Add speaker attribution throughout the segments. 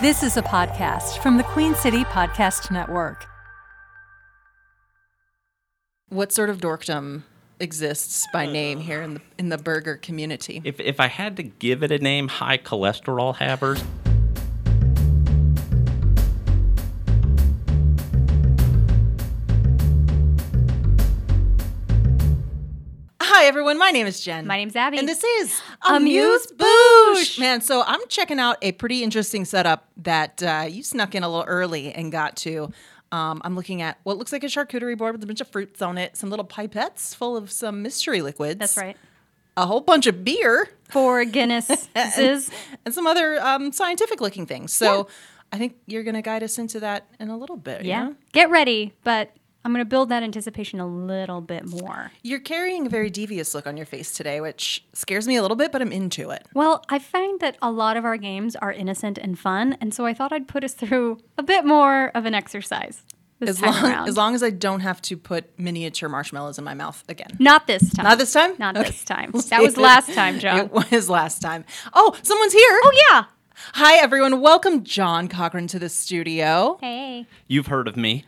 Speaker 1: This is a podcast from the Queen City Podcast Network.
Speaker 2: What sort of dorkdom exists by name here in the in the burger community?
Speaker 3: If, if I had to give it a name, high cholesterol havers.
Speaker 2: Hi everyone, my name is Jen.
Speaker 4: My name's Abby.
Speaker 2: And this is
Speaker 4: Amuse
Speaker 2: Boosh. Man, so I'm checking out a pretty interesting setup that uh, you snuck in a little early and got to. Um, I'm looking at what looks like a charcuterie board with a bunch of fruits on it, some little pipettes full of some mystery liquids.
Speaker 4: That's right.
Speaker 2: A whole bunch of beer
Speaker 4: For Guinness is
Speaker 2: and some other um, scientific looking things. So I think you're going to guide us into that in a little bit.
Speaker 4: yeah. Get ready, but I'm going to build that anticipation a little bit more.
Speaker 2: You're carrying a very devious look on your face today, which scares me a little bit, but I'm into it.
Speaker 4: Well, I find that a lot of our games are innocent and fun, and so I thought I'd put us through a bit more of an exercise this
Speaker 2: As
Speaker 4: time
Speaker 2: long,
Speaker 4: around.
Speaker 2: as long as I don't have to put miniature marshmallows in my mouth again.
Speaker 4: Not this time.
Speaker 2: Not this time?
Speaker 4: Not
Speaker 2: Okay.
Speaker 4: this time. That was last time, John.
Speaker 2: It was last time. Oh, someone's here.
Speaker 4: Oh yeah.
Speaker 2: Hi, everyone. Welcome, John Cochran, to the studio.
Speaker 4: Hey.
Speaker 3: You've heard of me.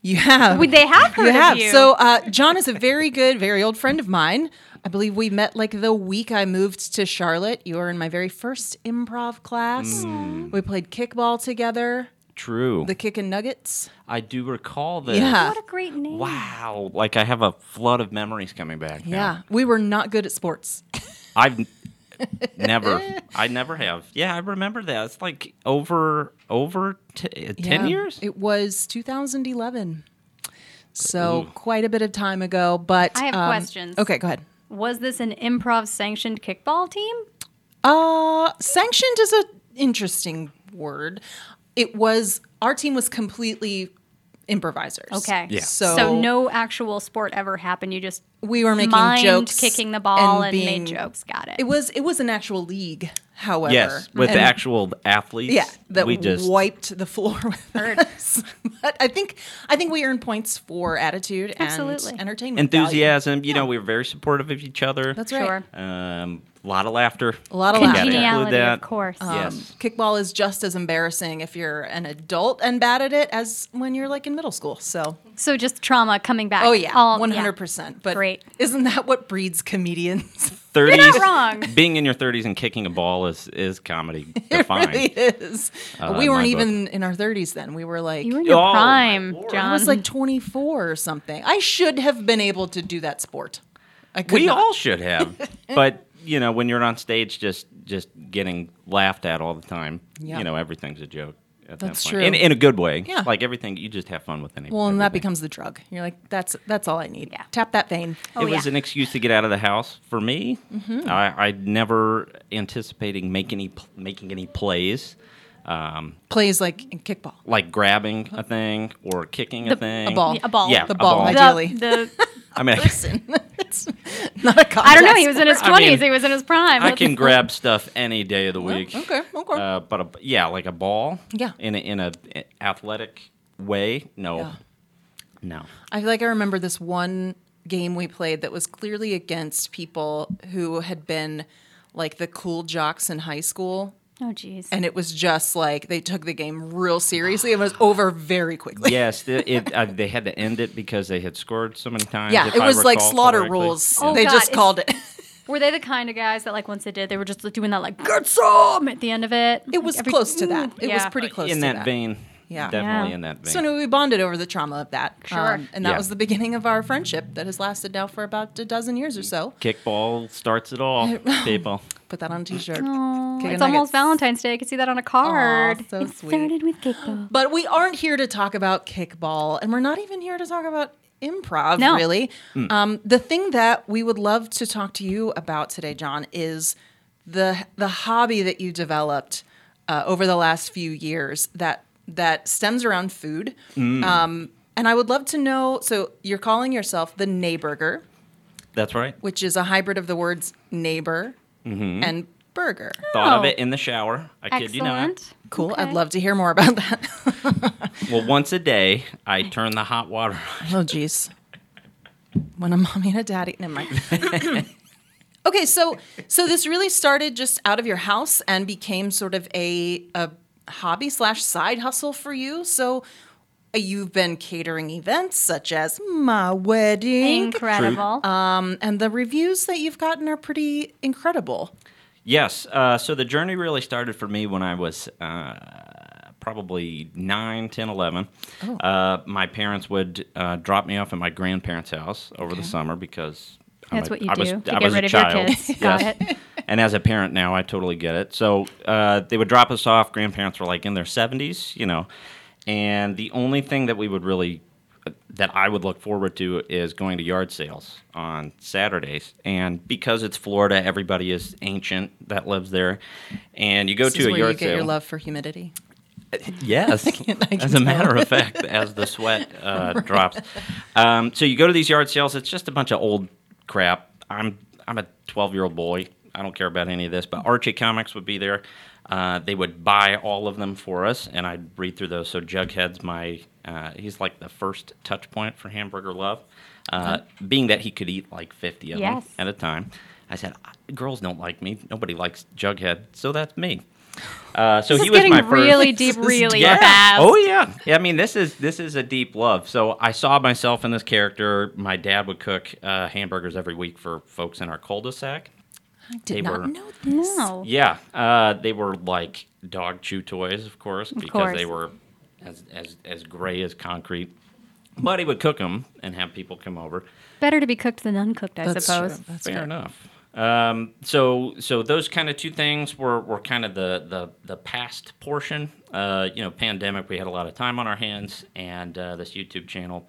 Speaker 2: You have.
Speaker 4: Would they have heard
Speaker 2: you
Speaker 4: of
Speaker 2: have.
Speaker 4: you?
Speaker 2: So, uh, John is a very good, very old friend of mine. I believe we met like the week I moved to Charlotte. You were in my very first improv class.
Speaker 4: Mm.
Speaker 2: We played kickball together,
Speaker 3: True.
Speaker 2: the Kick and Nuggets.
Speaker 3: I do recall this.
Speaker 2: Yeah.
Speaker 4: what a great name.
Speaker 3: Wow. Like I have a flood of memories coming back. now.
Speaker 2: Yeah. We were not good at sports.
Speaker 3: I've n- never. I never have. Yeah, I remember that. It's like over over t- uh, ten
Speaker 2: Yeah.
Speaker 3: years.
Speaker 2: It was 2011. So, quite a bit of time ago, but um,
Speaker 4: I have questions.
Speaker 2: Okay, go ahead.
Speaker 4: Was this an improv sanctioned kickball team?
Speaker 2: Uh, sanctioned is an interesting word. It was our team was completely improvisers.
Speaker 4: Okay.
Speaker 3: Yeah.
Speaker 2: So,
Speaker 4: so no actual sport ever happened. You just
Speaker 2: we were making
Speaker 4: mind
Speaker 2: jokes,
Speaker 4: kicking the ball and,
Speaker 2: being-
Speaker 4: made jokes. Got it.
Speaker 2: It was it was an actual league, however.
Speaker 3: Yes, with
Speaker 2: And-
Speaker 3: the actual athletes.
Speaker 2: yeah that
Speaker 3: we just
Speaker 2: wiped the floor with
Speaker 4: Heard.
Speaker 2: us. But I think I think we earned points for attitude and
Speaker 4: Absolutely.
Speaker 2: entertainment value.
Speaker 3: enthusiasm. You know, we were very supportive of each other.
Speaker 2: That's right.
Speaker 4: sure.
Speaker 3: Um, a lot of laughter.
Speaker 2: A lot of
Speaker 3: You gotta
Speaker 2: laughter.
Speaker 3: include
Speaker 4: Congeniality,
Speaker 3: that.
Speaker 4: of course.
Speaker 3: yes.
Speaker 2: Um, Kickball is just as embarrassing if you're an adult and bad at it as when you're like in middle school. So
Speaker 4: So just trauma coming back.
Speaker 2: Oh yeah,
Speaker 4: All-
Speaker 2: one hundred percent. But
Speaker 4: Great.
Speaker 2: isn't that what breeds comedians?
Speaker 3: 30s.
Speaker 4: You're not wrong.
Speaker 3: Being in your 30s and kicking a ball is is comedy defined.
Speaker 2: It is. we
Speaker 3: in
Speaker 2: weren't
Speaker 3: Uh, my
Speaker 2: even in our thirties then. We were like,
Speaker 4: You were in your
Speaker 3: Oh, my
Speaker 4: prime,
Speaker 3: lord.
Speaker 4: John.
Speaker 2: I was like twenty four or something. I should have been able to do that sport. I could
Speaker 3: we
Speaker 2: not.
Speaker 3: all should have. but you know, when you're on stage, just just getting laughed at all the time.
Speaker 2: Yeah.
Speaker 3: You know, everything's a joke. At
Speaker 2: That's
Speaker 3: that
Speaker 2: true.
Speaker 3: point. In, in a good way.
Speaker 2: Yeah.
Speaker 3: Like everything, you just have fun with anything.
Speaker 2: Well, and that becomes the drug. You're like, that's that's all I need.
Speaker 4: Yeah.
Speaker 2: Tap that vein.
Speaker 4: Oh,
Speaker 3: it was
Speaker 4: yeah.
Speaker 3: an excuse to get out of the house for me.
Speaker 2: Mm-hmm.
Speaker 3: I, I never anticipating make any pl- making any plays, um,
Speaker 2: Plays like in kickball.
Speaker 3: like grabbing a thing or kicking a thing.
Speaker 2: A ball.
Speaker 4: A ball.
Speaker 3: Yeah,
Speaker 2: The
Speaker 3: a
Speaker 2: ball,
Speaker 3: ball.
Speaker 4: The-
Speaker 2: ideally.
Speaker 4: the-
Speaker 3: I mean,
Speaker 2: it's not a contest.
Speaker 4: I don't know. He was in his
Speaker 3: I mean,
Speaker 4: 20s. he was in his prime.
Speaker 3: I
Speaker 4: Let's-
Speaker 3: can grab stuff any day of the week.
Speaker 2: okay, okay.
Speaker 3: Uh, but a, yeah, like a ball.
Speaker 2: Yeah.
Speaker 3: In a, in a athletic way. No.
Speaker 2: Yeah.
Speaker 3: No.
Speaker 2: I feel like I remember this one game we played that was clearly against people who had been like the cool jocks in high school.
Speaker 4: Oh, jeez.
Speaker 2: And it was just like they took the game real seriously. It was over very quickly.
Speaker 3: Yes, the, it, uh, they had to end it because they had scored so many times.
Speaker 2: Yeah,
Speaker 3: if
Speaker 2: it
Speaker 3: I
Speaker 2: was like
Speaker 3: recall
Speaker 2: slaughter
Speaker 3: correctly.
Speaker 2: rules.
Speaker 4: Oh,
Speaker 2: they
Speaker 4: God,
Speaker 2: just
Speaker 4: it's-
Speaker 2: called it.
Speaker 4: Were they the kind of guys that, like, once they did, they were just doing that, like, get some at the end of it?
Speaker 2: It was close to that. It was pretty close
Speaker 3: in
Speaker 2: to
Speaker 3: that,
Speaker 2: that.
Speaker 3: vein.
Speaker 2: Yeah.
Speaker 3: Definitely
Speaker 4: Yeah.
Speaker 3: in that vein.
Speaker 2: So no, we bonded over the trauma of that. Um,
Speaker 4: Sure.
Speaker 2: and that
Speaker 3: Yeah.
Speaker 2: was the beginning of our friendship that has lasted now for about a dozen years or so.
Speaker 3: Kickball starts it all, people.
Speaker 2: Put that on a t-shirt.
Speaker 4: Oh,
Speaker 2: Chicken
Speaker 4: it's almost
Speaker 2: nuggets.
Speaker 4: Valentine's Day. I could see that on a card.
Speaker 2: so
Speaker 4: it
Speaker 2: sweet.
Speaker 4: started with kickball.
Speaker 2: But we aren't here to talk about kickball, and we're not even here to talk about improv,
Speaker 4: No.
Speaker 2: really. Um, the thing that we would love to talk to you about today, John, is the the hobby that you developed uh, over the last few years that that stems around food. Um, and I would love to know. So you're calling yourself the Neighburger,
Speaker 3: That's right.
Speaker 2: which is a hybrid of the words neighbor
Speaker 3: Mm-hmm.
Speaker 2: and burger.
Speaker 3: Thought of
Speaker 4: Oh.
Speaker 3: it in the shower. I kid you not.
Speaker 4: Excellent.
Speaker 2: Cool. I'd
Speaker 4: Okay.
Speaker 2: love to hear more about that.
Speaker 3: Well, once a day, I turn the hot water on.
Speaker 2: Oh, jeez. When a mommy and a daddy, never mind. okay, so so this really started just out of your house and became sort of a a hobby slash side hustle for you. So uh, you've been catering events such as my wedding.
Speaker 4: Incredible.
Speaker 2: Um, and the reviews that you've gotten are pretty incredible.
Speaker 3: Yes. Uh, so the journey really started for me when I was uh, probably 9, 10, 11.
Speaker 4: Oh.
Speaker 3: Uh, my parents would uh, drop me off at my grandparents' house over the summer because I'm
Speaker 4: That's
Speaker 3: a-
Speaker 4: what you
Speaker 3: I
Speaker 4: do
Speaker 3: was,
Speaker 4: to
Speaker 3: I
Speaker 4: get
Speaker 3: was
Speaker 4: rid
Speaker 3: a
Speaker 4: of your
Speaker 3: child.
Speaker 4: kids. Got
Speaker 3: Yes.
Speaker 4: it.
Speaker 3: And as a parent now, I totally get it. So uh, they would drop us off. Grandparents were like in their 70s, you know. And the only thing that we would really, that I would look forward to is going to yard sales on Saturdays. And because it's Florida, everybody is ancient that lives there. And you go
Speaker 2: This
Speaker 3: to
Speaker 2: is
Speaker 3: a
Speaker 2: where
Speaker 3: yard
Speaker 2: you get
Speaker 3: sale.
Speaker 2: your love for humidity.
Speaker 3: Yes, as a matter of fact, as the sweat uh, drops. Um, so you go to these yard sales. It's just a bunch of old crap. I'm I'm a 12 year old boy. I don't care about any of this. But Archie comics would be there. Uh, they would buy all of them for us, and I'd read through those. So Jughead's my uh, he's like the first touch point for Hamburger Love, uh, being that he could eat like 50 of
Speaker 4: Yes.
Speaker 3: them at a time. I said, "Girls don't like me. Nobody likes Jughead, so that's me." Uh, so
Speaker 4: this
Speaker 3: he
Speaker 4: is
Speaker 3: was
Speaker 4: getting
Speaker 3: my first.
Speaker 4: really deep, really fast.
Speaker 3: Oh yeah. yeah. I mean, this is this is a deep love. So I saw myself in this character. My dad would cook uh, hamburgers every week for folks in our cul-de-sac.
Speaker 2: I did
Speaker 3: They
Speaker 2: not
Speaker 3: were-
Speaker 2: know this.
Speaker 4: No.
Speaker 3: Yeah, uh, they were like dog chew toys, of course, because they were
Speaker 4: course.
Speaker 3: as as as gray as concrete. But he would cook them and have people come over.
Speaker 4: Better to be cooked than uncooked, I suppose.
Speaker 2: true. That's
Speaker 3: Fair
Speaker 2: fair.
Speaker 3: enough. Um, so so those kind of two things were, were kind of the, the the past portion. Uh, you know, pandemic, we had a lot of time on our hands, and uh, this YouTube channel.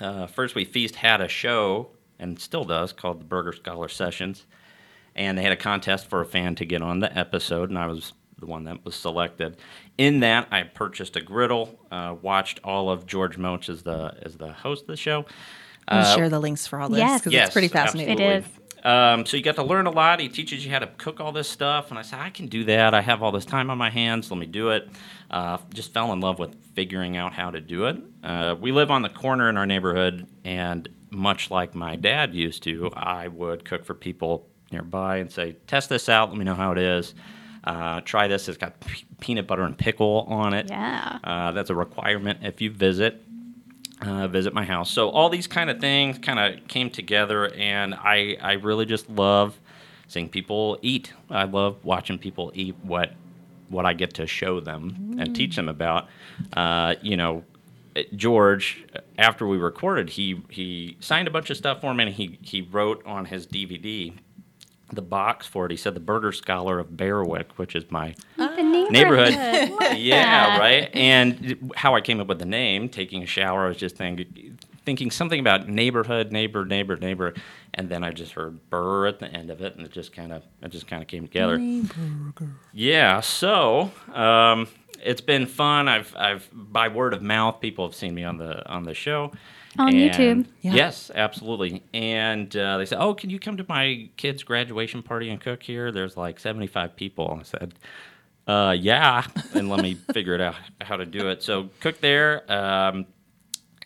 Speaker 3: Uh, first, we feast had a show and still does called the Burger Scholar Sessions, and they had a contest for a fan to get on the episode, and I was the one that was selected. In that, I purchased a griddle, uh, watched all of George Moch as the as the host of the show.
Speaker 2: We'll share the links for all this
Speaker 4: yes.
Speaker 2: because it's pretty fascinating.
Speaker 4: absolutely. It is.
Speaker 3: Um, so you got to learn a lot. He teaches you how to cook all this stuff, and I said I can do that. I have all this time on my hands. Let me do it. Uh, just fell in love with figuring out how to do it. Uh, we live on the corner in our neighborhood, and much like my dad used to, I would cook for people nearby and say, "Test this out. Let me know how it is. Uh, try this. It's got p- peanut butter and pickle on it.
Speaker 4: Yeah.
Speaker 3: Uh, that's a requirement if you visit uh, visit my house. So all these kind of things kind of came together, and I I really just love seeing people eat. I love watching people eat what what I get to show them and teach them about. Uh, you know, eh, George after we recorded, he he signed a bunch of stuff for me, and he he wrote on his DVD. The box for it. He said the Burger Scholar of Berwick, which is my
Speaker 4: The neighborhood.
Speaker 3: neighborhood.
Speaker 4: Love
Speaker 3: yeah,
Speaker 4: that.
Speaker 3: right. And how I came up with the name, taking a shower, I was just thinking, thinking something about neighborhood, neighbor, neighbor, neighbor, and then I just heard burr at the end of it, and it just kind of it just kind of came together. Yeah, so um, it's been fun. I've I've by word of mouth, people have seen me on the on the show.
Speaker 4: On
Speaker 3: And-
Speaker 4: YouTube.
Speaker 2: Yeah.
Speaker 3: Yes, absolutely. And uh, they said, "Oh, can you come to my kid's graduation party and cook here?" There's like 75 people. And I said, uh, "Yeah," and let me figure it out how to do it. So cook there. Um,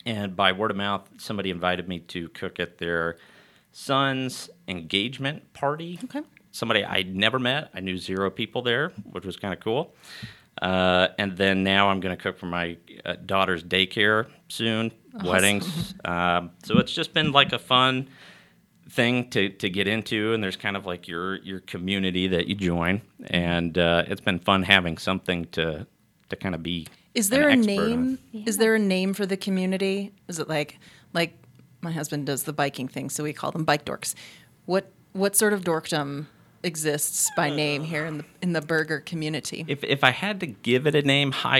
Speaker 3: and by word of mouth, somebody invited me to cook at their son's engagement party.
Speaker 2: Okay.
Speaker 3: Somebody I'd never met. I knew zero people there, which was kind of cool. Uh, and then now I'm going to cook for my uh, daughter's daycare soon, weddings. Um, so it's just been like a fun thing to, to get into, and there's kind of like your your community that you join, and uh, it's been fun having something to to kind of be.
Speaker 2: Is
Speaker 3: an
Speaker 2: there a
Speaker 3: expert on.
Speaker 2: name? Is there a name for the community? Is it like like my husband does the biking thing, so we call them bike dorks. What what sort of dorkdom exists by
Speaker 3: Uh,
Speaker 2: name here in the in the burger community?
Speaker 3: If, if I had to give it a name, high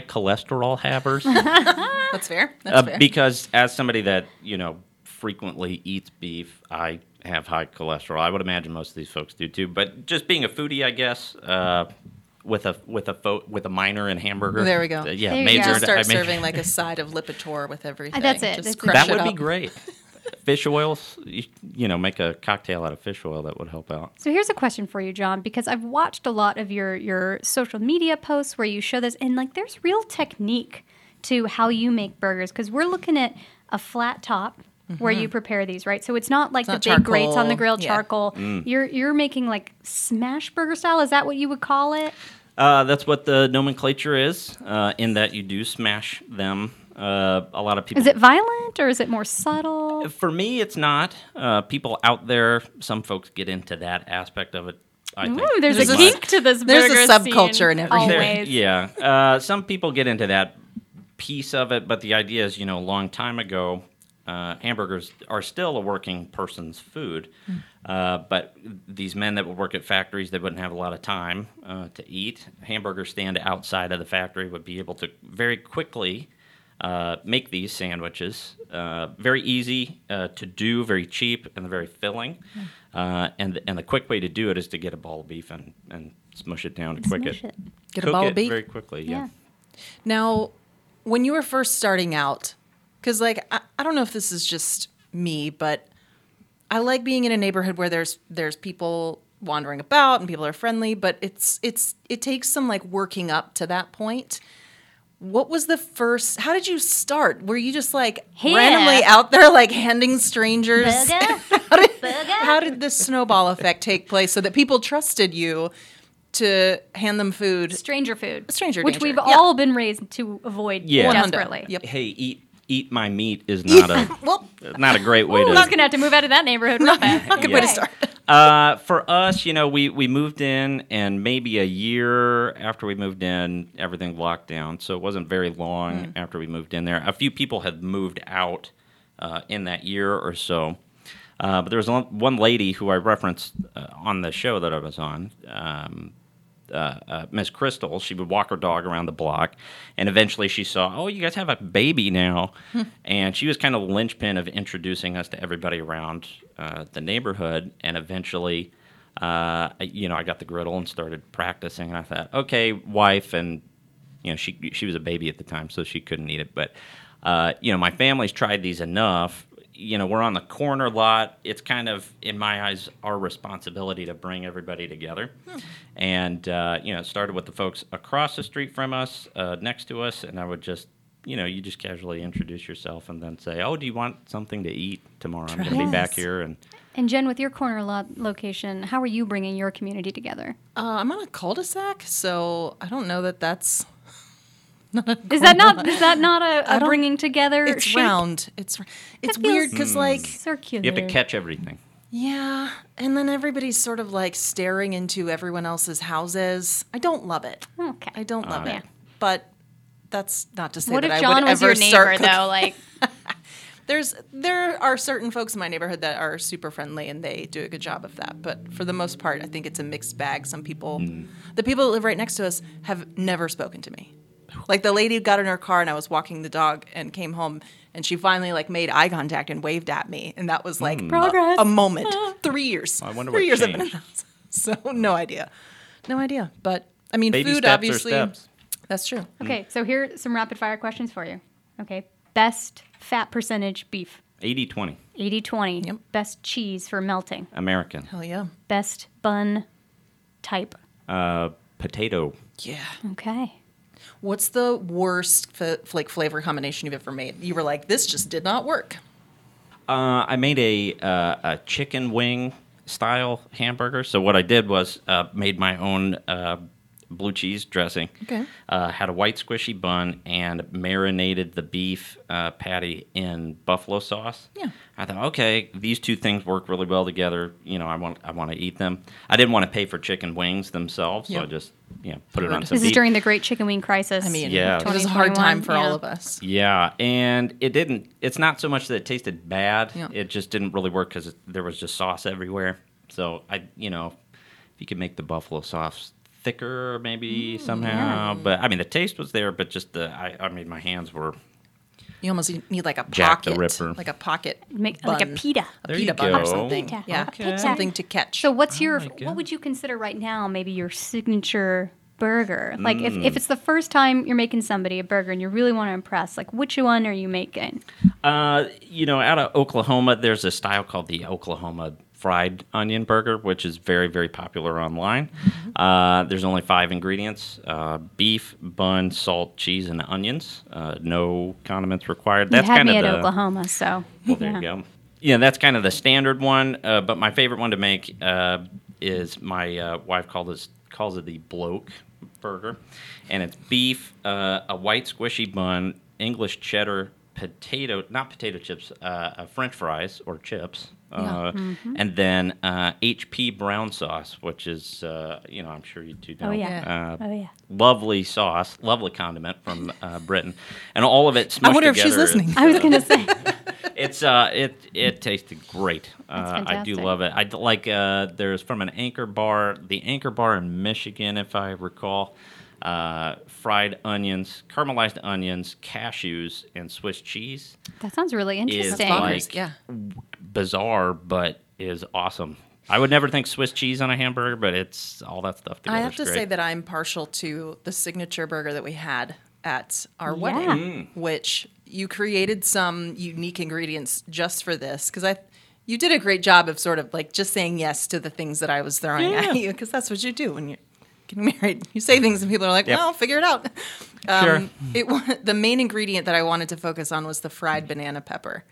Speaker 3: cholesterol havers,
Speaker 2: That's fair. That's
Speaker 3: uh,
Speaker 2: fair.
Speaker 3: because as somebody that you know frequently eats beef, I have high cholesterol. I would imagine most of these folks do too. But just being a foodie, I guess, uh, with a with a fo- with a minor in hamburger.
Speaker 2: There we go.
Speaker 3: Uh, yeah,
Speaker 4: There you
Speaker 3: major.
Speaker 4: go.
Speaker 2: Just start
Speaker 3: I mean-
Speaker 2: serving like a side of Lipitor with everything.
Speaker 4: that's it.
Speaker 2: Just
Speaker 4: That's it.
Speaker 2: crush
Speaker 3: that
Speaker 2: it
Speaker 3: would be
Speaker 2: up.
Speaker 3: great. Fish oils, you, you know, make a cocktail out of fish oil that would help out.
Speaker 4: So here's a question for you, John, because I've watched a lot of your your social media posts where you show this, and like there's real technique to how you make burgers because we're looking at a flat top where you prepare these, right? So Mm-hmm. it's not like
Speaker 2: not
Speaker 4: the big grates on the
Speaker 2: charcoal.
Speaker 4: grill
Speaker 2: Yeah.
Speaker 4: charcoal. You're you're making like smash burger style. Is that what you would call it?
Speaker 3: Uh, that's what the nomenclature is, uh, in that you do smash them. Uh, a lot of people.
Speaker 4: Is it violent or is it more subtle?
Speaker 3: For me, it's not. Uh, people out there, some folks get into that aspect of it. I think.
Speaker 4: Ooh, there's,
Speaker 2: There's
Speaker 4: a
Speaker 2: a-
Speaker 4: kink to this.
Speaker 2: there's a
Speaker 4: burger
Speaker 2: subculture
Speaker 4: scene,
Speaker 2: in everything.
Speaker 3: There-
Speaker 4: Always.
Speaker 3: yeah. Uh, some people get into that piece of it, but the idea is, you know, a long time ago, uh, hamburgers are still a working person's food. Uh, but these men that would work at factories, they wouldn't have a lot of time uh, to eat. Hamburger stand outside of the factory would be able to very quickly uh, make these sandwiches. Uh, very easy uh, to do, very cheap, and very filling. Uh, and and the quick way to do it is to get a ball of beef and, and smush it down to quick
Speaker 4: Smash it.
Speaker 2: Get a
Speaker 3: cook
Speaker 2: ball
Speaker 3: it
Speaker 2: of beef.
Speaker 3: very quickly. Yeah.
Speaker 4: Yeah.
Speaker 2: Now, when you were first starting out, because like I, I don't know if this is just me, but I like being in a neighborhood where there's there's people wandering about and people are friendly, but it's it's it takes some like working up to that point. What was the first? How did you start? Were you just like
Speaker 4: Here.
Speaker 2: randomly out there like handing strangers?
Speaker 4: Burger?
Speaker 2: How did,
Speaker 4: Burger?
Speaker 2: how did this snowball effect take place so that people trusted you to hand them food?
Speaker 4: Stranger food.
Speaker 2: Stranger
Speaker 4: Which
Speaker 2: danger,
Speaker 4: we've
Speaker 2: yeah.
Speaker 4: all been raised to avoid
Speaker 3: Yeah. 100.
Speaker 4: desperately.
Speaker 2: Yep.
Speaker 3: Hey, eat eat my meat is not
Speaker 2: Well,
Speaker 3: a not a great way
Speaker 4: Ooh,
Speaker 3: to.
Speaker 4: I was gonna have to move out of that neighborhood. real fast.
Speaker 2: not a good way to start.
Speaker 3: Uh, for us, you know, we we moved in, and maybe a year after we moved in, everything locked down. So it wasn't very
Speaker 2: Mm.
Speaker 3: long after we moved in there. A few people had moved out uh, in that year or so. Uh, but there was one one lady who I referenced uh, on the show that I was on. Um, uh, uh, Miss Crystal, she would walk her dog around the block, and eventually she saw, oh, you guys have a baby now, and she was kind of the linchpin of introducing us to everybody around uh, the neighborhood, and eventually. Uh, I- you know, I got the griddle and started practicing, and I thought, okay, wife and you know, she she was a baby at the time, so she couldn't eat it. But uh, you know, my family's tried these enough. You know, we're on the corner lot. It's kind of, in my eyes, our responsibility to bring everybody together.
Speaker 2: Hmm.
Speaker 3: And uh, you know, it started with the folks across the street from us, uh, next to us, and I would just. You know, you just casually introduce yourself and then say, "Oh, do you want something to eat tomorrow? I'm going to be back
Speaker 4: Yes.
Speaker 3: here." And
Speaker 4: And Jen, with your corner lot location, how are you bringing your community together?
Speaker 2: Uh, I'm on a cul-de-sac, so I don't know that that's.
Speaker 4: Is that not is that not a, a
Speaker 2: don't-
Speaker 4: bringing together?
Speaker 2: It's
Speaker 4: shape?
Speaker 2: round. It's it's
Speaker 4: feels-
Speaker 2: weird because like
Speaker 4: circular.
Speaker 3: you have to catch everything.
Speaker 2: yeah, and then everybody's sort of like staring into everyone else's houses. I don't love it.
Speaker 4: Okay.
Speaker 2: I don't love
Speaker 4: yeah.
Speaker 2: it. But that's not to say
Speaker 4: What
Speaker 2: that
Speaker 4: if
Speaker 2: I
Speaker 4: John
Speaker 2: would
Speaker 4: was
Speaker 2: ever
Speaker 4: your
Speaker 2: start
Speaker 4: neighbor
Speaker 2: cooking.
Speaker 4: though? Like,
Speaker 2: There's there are certain folks in my neighborhood that are super friendly and they do a good job of that. But for the most part, I think it's a mixed bag. Some people,
Speaker 3: Hmm.
Speaker 2: the people that live right next to us, have never spoken to me. Like the lady got in her car and I was walking the dog and came home and she finally like made eye contact and waved at me and that was like a-
Speaker 4: Progress.
Speaker 2: A, moment. Three years.
Speaker 3: Hmm. I wonder
Speaker 2: Three
Speaker 3: what
Speaker 2: years I've been in
Speaker 3: changed.
Speaker 2: the house. So no idea, no idea. But I mean,
Speaker 3: Baby
Speaker 2: food
Speaker 3: steps are
Speaker 2: obviously.
Speaker 3: steps.
Speaker 2: That's true.
Speaker 4: okay, so here are some rapid fire questions for you. Okay, best fat percentage beef,
Speaker 3: 80-20,
Speaker 4: 80-20.
Speaker 2: Yep.
Speaker 4: Best cheese for melting.
Speaker 3: American,
Speaker 2: Hell yeah.
Speaker 4: Best bun type.
Speaker 3: uh, potato,
Speaker 2: Yeah.
Speaker 4: Okay.
Speaker 2: What's the worst f- like flavor combination you've ever made? You were like, this just did not work.
Speaker 3: Uh, I made a uh, a chicken wing style hamburger. So what I did was uh, made my own uh, blue cheese dressing.
Speaker 2: Okay.
Speaker 3: Uh, had a white squishy bun and marinated the beef uh, patty in buffalo sauce.
Speaker 2: Yeah.
Speaker 3: I thought, okay, these two things work really well together. You know, I want I want to eat them. I didn't want to pay for chicken wings themselves, so
Speaker 2: Yeah.
Speaker 3: I just you know, put it on some
Speaker 4: This is
Speaker 3: beef.
Speaker 4: during the Great Chicken Wing Crisis.
Speaker 2: I mean,
Speaker 3: Yeah.
Speaker 2: it was a hard time
Speaker 4: 2021,
Speaker 2: for
Speaker 4: yeah.
Speaker 2: all of us.
Speaker 3: Yeah, and it didn't. It's not so much that it tasted bad.
Speaker 2: Yeah.
Speaker 3: It just didn't really work because there was just sauce everywhere. So I, you know, if you could make the buffalo sauce thicker, maybe somehow. But I mean, the taste was there, but just the. I, I mean, my hands were.
Speaker 2: You almost need like a
Speaker 3: Jack the
Speaker 2: pocket,
Speaker 3: Ripper.
Speaker 2: like a pocket,
Speaker 4: Make
Speaker 2: bun,
Speaker 4: like a pita.
Speaker 2: a
Speaker 3: There
Speaker 2: pita
Speaker 3: you
Speaker 2: bun
Speaker 3: go.
Speaker 2: or something.
Speaker 4: Pita.
Speaker 2: Yeah,
Speaker 4: Okay.
Speaker 2: something to catch.
Speaker 4: So what's your
Speaker 3: Oh my
Speaker 4: what would you consider right now maybe your signature burger? Like if,
Speaker 3: Mm.
Speaker 4: if it's the first time you're making somebody a burger and you really want to impress, like which one are you making?
Speaker 3: Uh, you know, out of Oklahoma, there's a style called the Oklahoma fried onion burger, which is very, very popular online.
Speaker 4: Mm-hmm.
Speaker 3: Uh, there's only five ingredients: uh, beef, bun, salt, cheese, and onions. Uh, no condiments required. That's
Speaker 4: you had
Speaker 3: kind
Speaker 4: me
Speaker 3: of
Speaker 4: at
Speaker 3: the
Speaker 4: Oklahoma, so
Speaker 3: well, there
Speaker 4: yeah.
Speaker 3: you go. Yeah, that's kind of the standard one. Uh, but my favorite one to make uh, is my uh, wife called this, calls it the bloke burger, and it's beef, uh, a white squishy bun, English cheddar, potato, not potato chips, uh, uh, French fries or chips, uh,
Speaker 2: mm-hmm.
Speaker 3: and then uh, HP brown sauce, which is uh, you know I'm sure you two know.
Speaker 4: Oh yeah.
Speaker 3: Uh,
Speaker 4: oh yeah.
Speaker 3: Lovely sauce, lovely condiment from uh, Britain, and all of it.
Speaker 2: I
Speaker 3: smushed
Speaker 2: wonder if she's
Speaker 3: together is-
Speaker 2: listening.
Speaker 4: I was gonna say.
Speaker 3: it's uh, it it tasted great. Uh, I do
Speaker 4: fantastic.
Speaker 3: love it. I d- like uh, there's from an Anchor Bar, the Anchor Bar in Michigan, if I recall. Uh, fried onions, caramelized onions, cashews, and Swiss cheese
Speaker 4: That sounds really
Speaker 3: is
Speaker 4: interesting.
Speaker 2: bonkers,
Speaker 3: like
Speaker 2: yeah.
Speaker 3: bizarre, but is awesome. I would never think Swiss cheese on a hamburger, but it's all that stuff together.
Speaker 2: I have to say that I'm partial to the signature burger that we had at our
Speaker 4: Yeah.
Speaker 2: wedding, which you created some unique ingredients just for this because I. You did a great job of sort of like just saying yes to the things that I was throwing at you because that's what you do when you're getting married. You say things and people are like,
Speaker 3: Yep.
Speaker 2: "Well, figure it out." Um,
Speaker 3: Sure.
Speaker 2: It wa- the main ingredient that I wanted to focus on was the fried banana pepper,